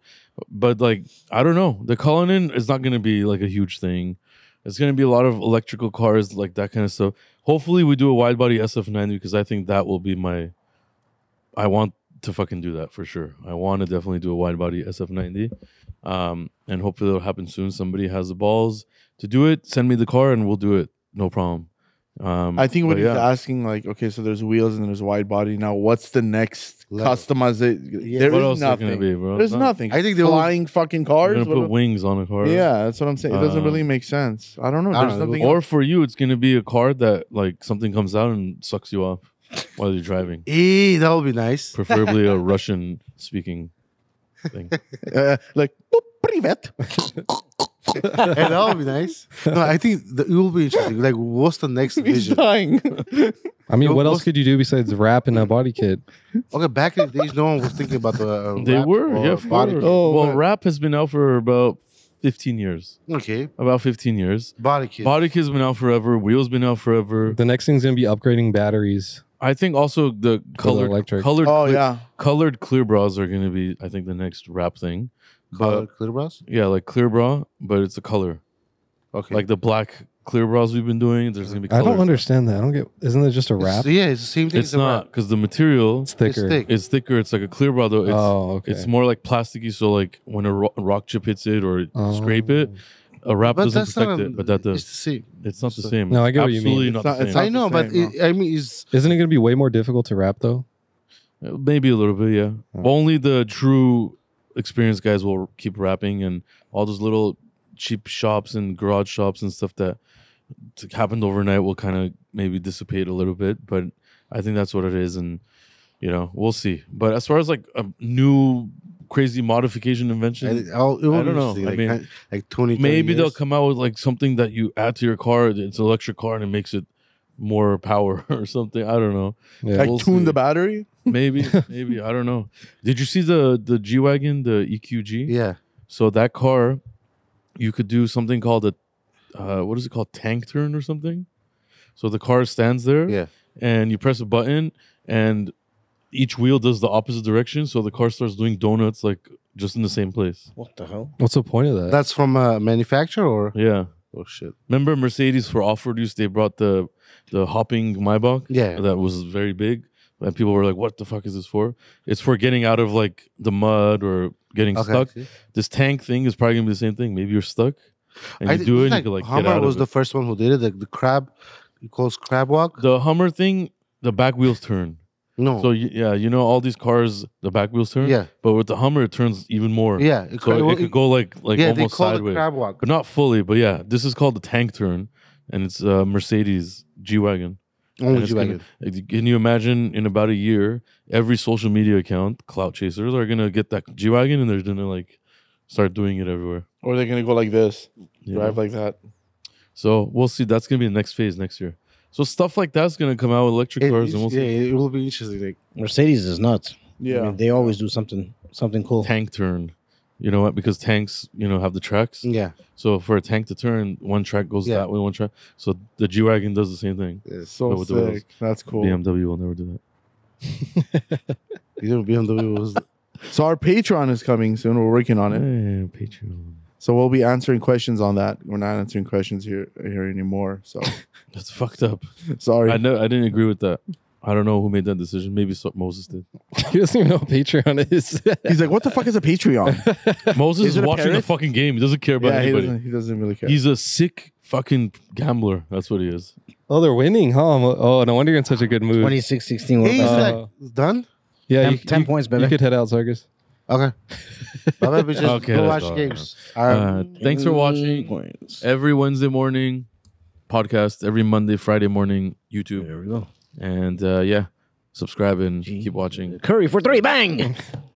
but like I don't know, the Cullinan is not going to be like a huge thing. It's going to be a lot of electrical cars, like that kind of stuff. Hopefully, we do a wide body SF90 because I think that will be my. I want to fucking do that for sure. I want to definitely do a wide body SF90, um, and hopefully it'll happen soon. Somebody has the balls to do it. Send me the car and we'll do it. No problem. Um, I think but what he's yeah. asking, like, okay, so there's wheels and there's wide body. Now, what's the next Level. customization? Yeah. There What is else is it gonna nothing. be, bro? There's Not- nothing. I think (laughs) they will- (laughs) flying fucking cars. You're what gonna put the- wings on a car. Yeah, that's what I'm saying. It doesn't Um, really make sense. I don't know. I There's don't know. nothing. uh, Or for you, it's gonna be a car that like something comes out and sucks you off while you're (laughs) driving. Eh, that would be nice. Preferably a Russian speaking thing. uh, like "Boop, privet. Eh, that would be nice. No, I think the, it will be interesting. Like, what's (laughs) the next He's vision? dying. I mean, Yo, what else what's- could you do besides wrap in a body kit? Okay, back in the days, no one was thinking about the. Uh, They rap were, or yeah. For, body kit. Oh, well, man. rap has been out for about fifteen years. Okay, About fifteen years. body kit. Body kit's been out forever. Wheels been out forever. The next thing's gonna be upgrading batteries. I think also the colored electric. colored Oh cle- yeah, colored clear bras are going to be I think the next rap thing. Color clear bras? Yeah, like clear bra, but it's a color. Okay. Like the black clear bras we've been doing, there's going to be I colors. don't understand that. I don't get. Isn't it just a It's- wrap? yeah, it's the same thing. It's as a wrap. not cuz the material It's thicker. It's thick. is thicker. It's like a clear bra though. It's oh, okay. it's more like plasticky so like when a ro- rock chip hits it or Oh. scrape it, a wrap but doesn't that's not. protect a- it, but that It's does. the same. It's not the so- same. No, I It's get what you Absolutely mean. It's not not- the it's same. I know, the but same, it, I mean, it's Isn't it going to be way more difficult to wrap though? Uh, Maybe a little bit, yeah. Oh. But only the true experienced guys will keep rapping, and all those little cheap shops and garage shops and stuff that t- happened overnight will kind of maybe dissipate a little bit. But I think that's what it is, and you know, we'll see. But as far as like a new crazy modification I, invention, I'll, it will I don't know. be interesting, I Like, mean, kind- like 20, 30 maybe they'll years. come out with like something that you add to your car. It's an electric car, and it makes it more power (laughs) or something. I don't know. Yeah. like we'll tune see. the battery. (laughs) Maybe, maybe I don't know. Did you see the the G wagon, the EQG? Yeah, So that car, you could do something called a uh, what is it called, tank turn or something. So the car stands there, Yeah. and you press a button, and each wheel does the opposite direction. So the car starts doing donuts like just in the same place. What the hell? What's the point of that? that's from a manufacturer or Yeah, oh shit. remember Mercedes for off road use? They brought the the hopping Maybach. Yeah, that was very big. And people were like, "What the fuck is this for?" It's for getting out of like the mud or getting okay. stuck. see? This tank thing is probably gonna be the same thing. Maybe you're stuck, and I you thi- do it. wasn't and you can like get Hummer out was of the it. first one who did it. Like the crab, it calls crab walk. The Hummer thing, the back wheels turn. no, So y- yeah, you know all these cars, the back wheels turn. Oh. yeah, But with the Hummer, it turns even more. yeah. It, So it, could go like like yeah, they almost call it sideways, crab walk. but not fully. But yeah, this is called the tank turn, and it's a Mercedes G wagon. Only and it's G-Wagon. Like, Can you imagine in about a year, every social media account, clout chasers, are gonna get that G wagon and they're gonna like start doing it everywhere. Or they're gonna go like this, you drive know? like that. So we'll see. That's gonna be the next phase next year. So stuff like that's gonna come out with electric It- cars, and we'll it's- see. yeah, it will be interesting. Like, Mercedes is nuts. I Yeah, mean, they always do something something cool. Tank turn. You know what? Because tanks, you know, have the Mm. tracks. yeah, So for a tank to turn, one track goes Yeah. that way, one track. So the G wagon does the same thing. so But with the wheels. sick. That's cool. BMW will never do that. you know, BMW was (laughs) So our Patreon is coming soon. We're working on it. Eh, Patreon. So we'll be answering questions on that. We're not answering questions here here anymore. So (laughs) That's fucked up. I sorry. know. I didn't agree with that. I don't know who made that decision. Maybe so- Moses did. (laughs) he doesn't even know what Patreon is. (laughs) He's like, what the fuck is (laughs) a Patreon? Moses Is is, it a watching the parrot? fucking game. He doesn't care about yeah, he anybody. doesn't, he doesn't really care. He's a sick fucking gambler. That's what he is. oh, they're winning, huh? I'm- Oh, no wonder you're in such a good mood. 2016 World He's Cup. Uh, like done. yeah, 10, you, 10 you- points, you baby. could head out, Sargus. (laughs) Okay, bye bye bitches. Okay, go that's watch all. games. Uh, Um, thanks for 10 watching. Points. Every Wednesday morning podcast. Every Monday, Friday morning, YouTube. There we go. And uh, yeah, subscribe and keep watching. (laughs) Curry for three, bang!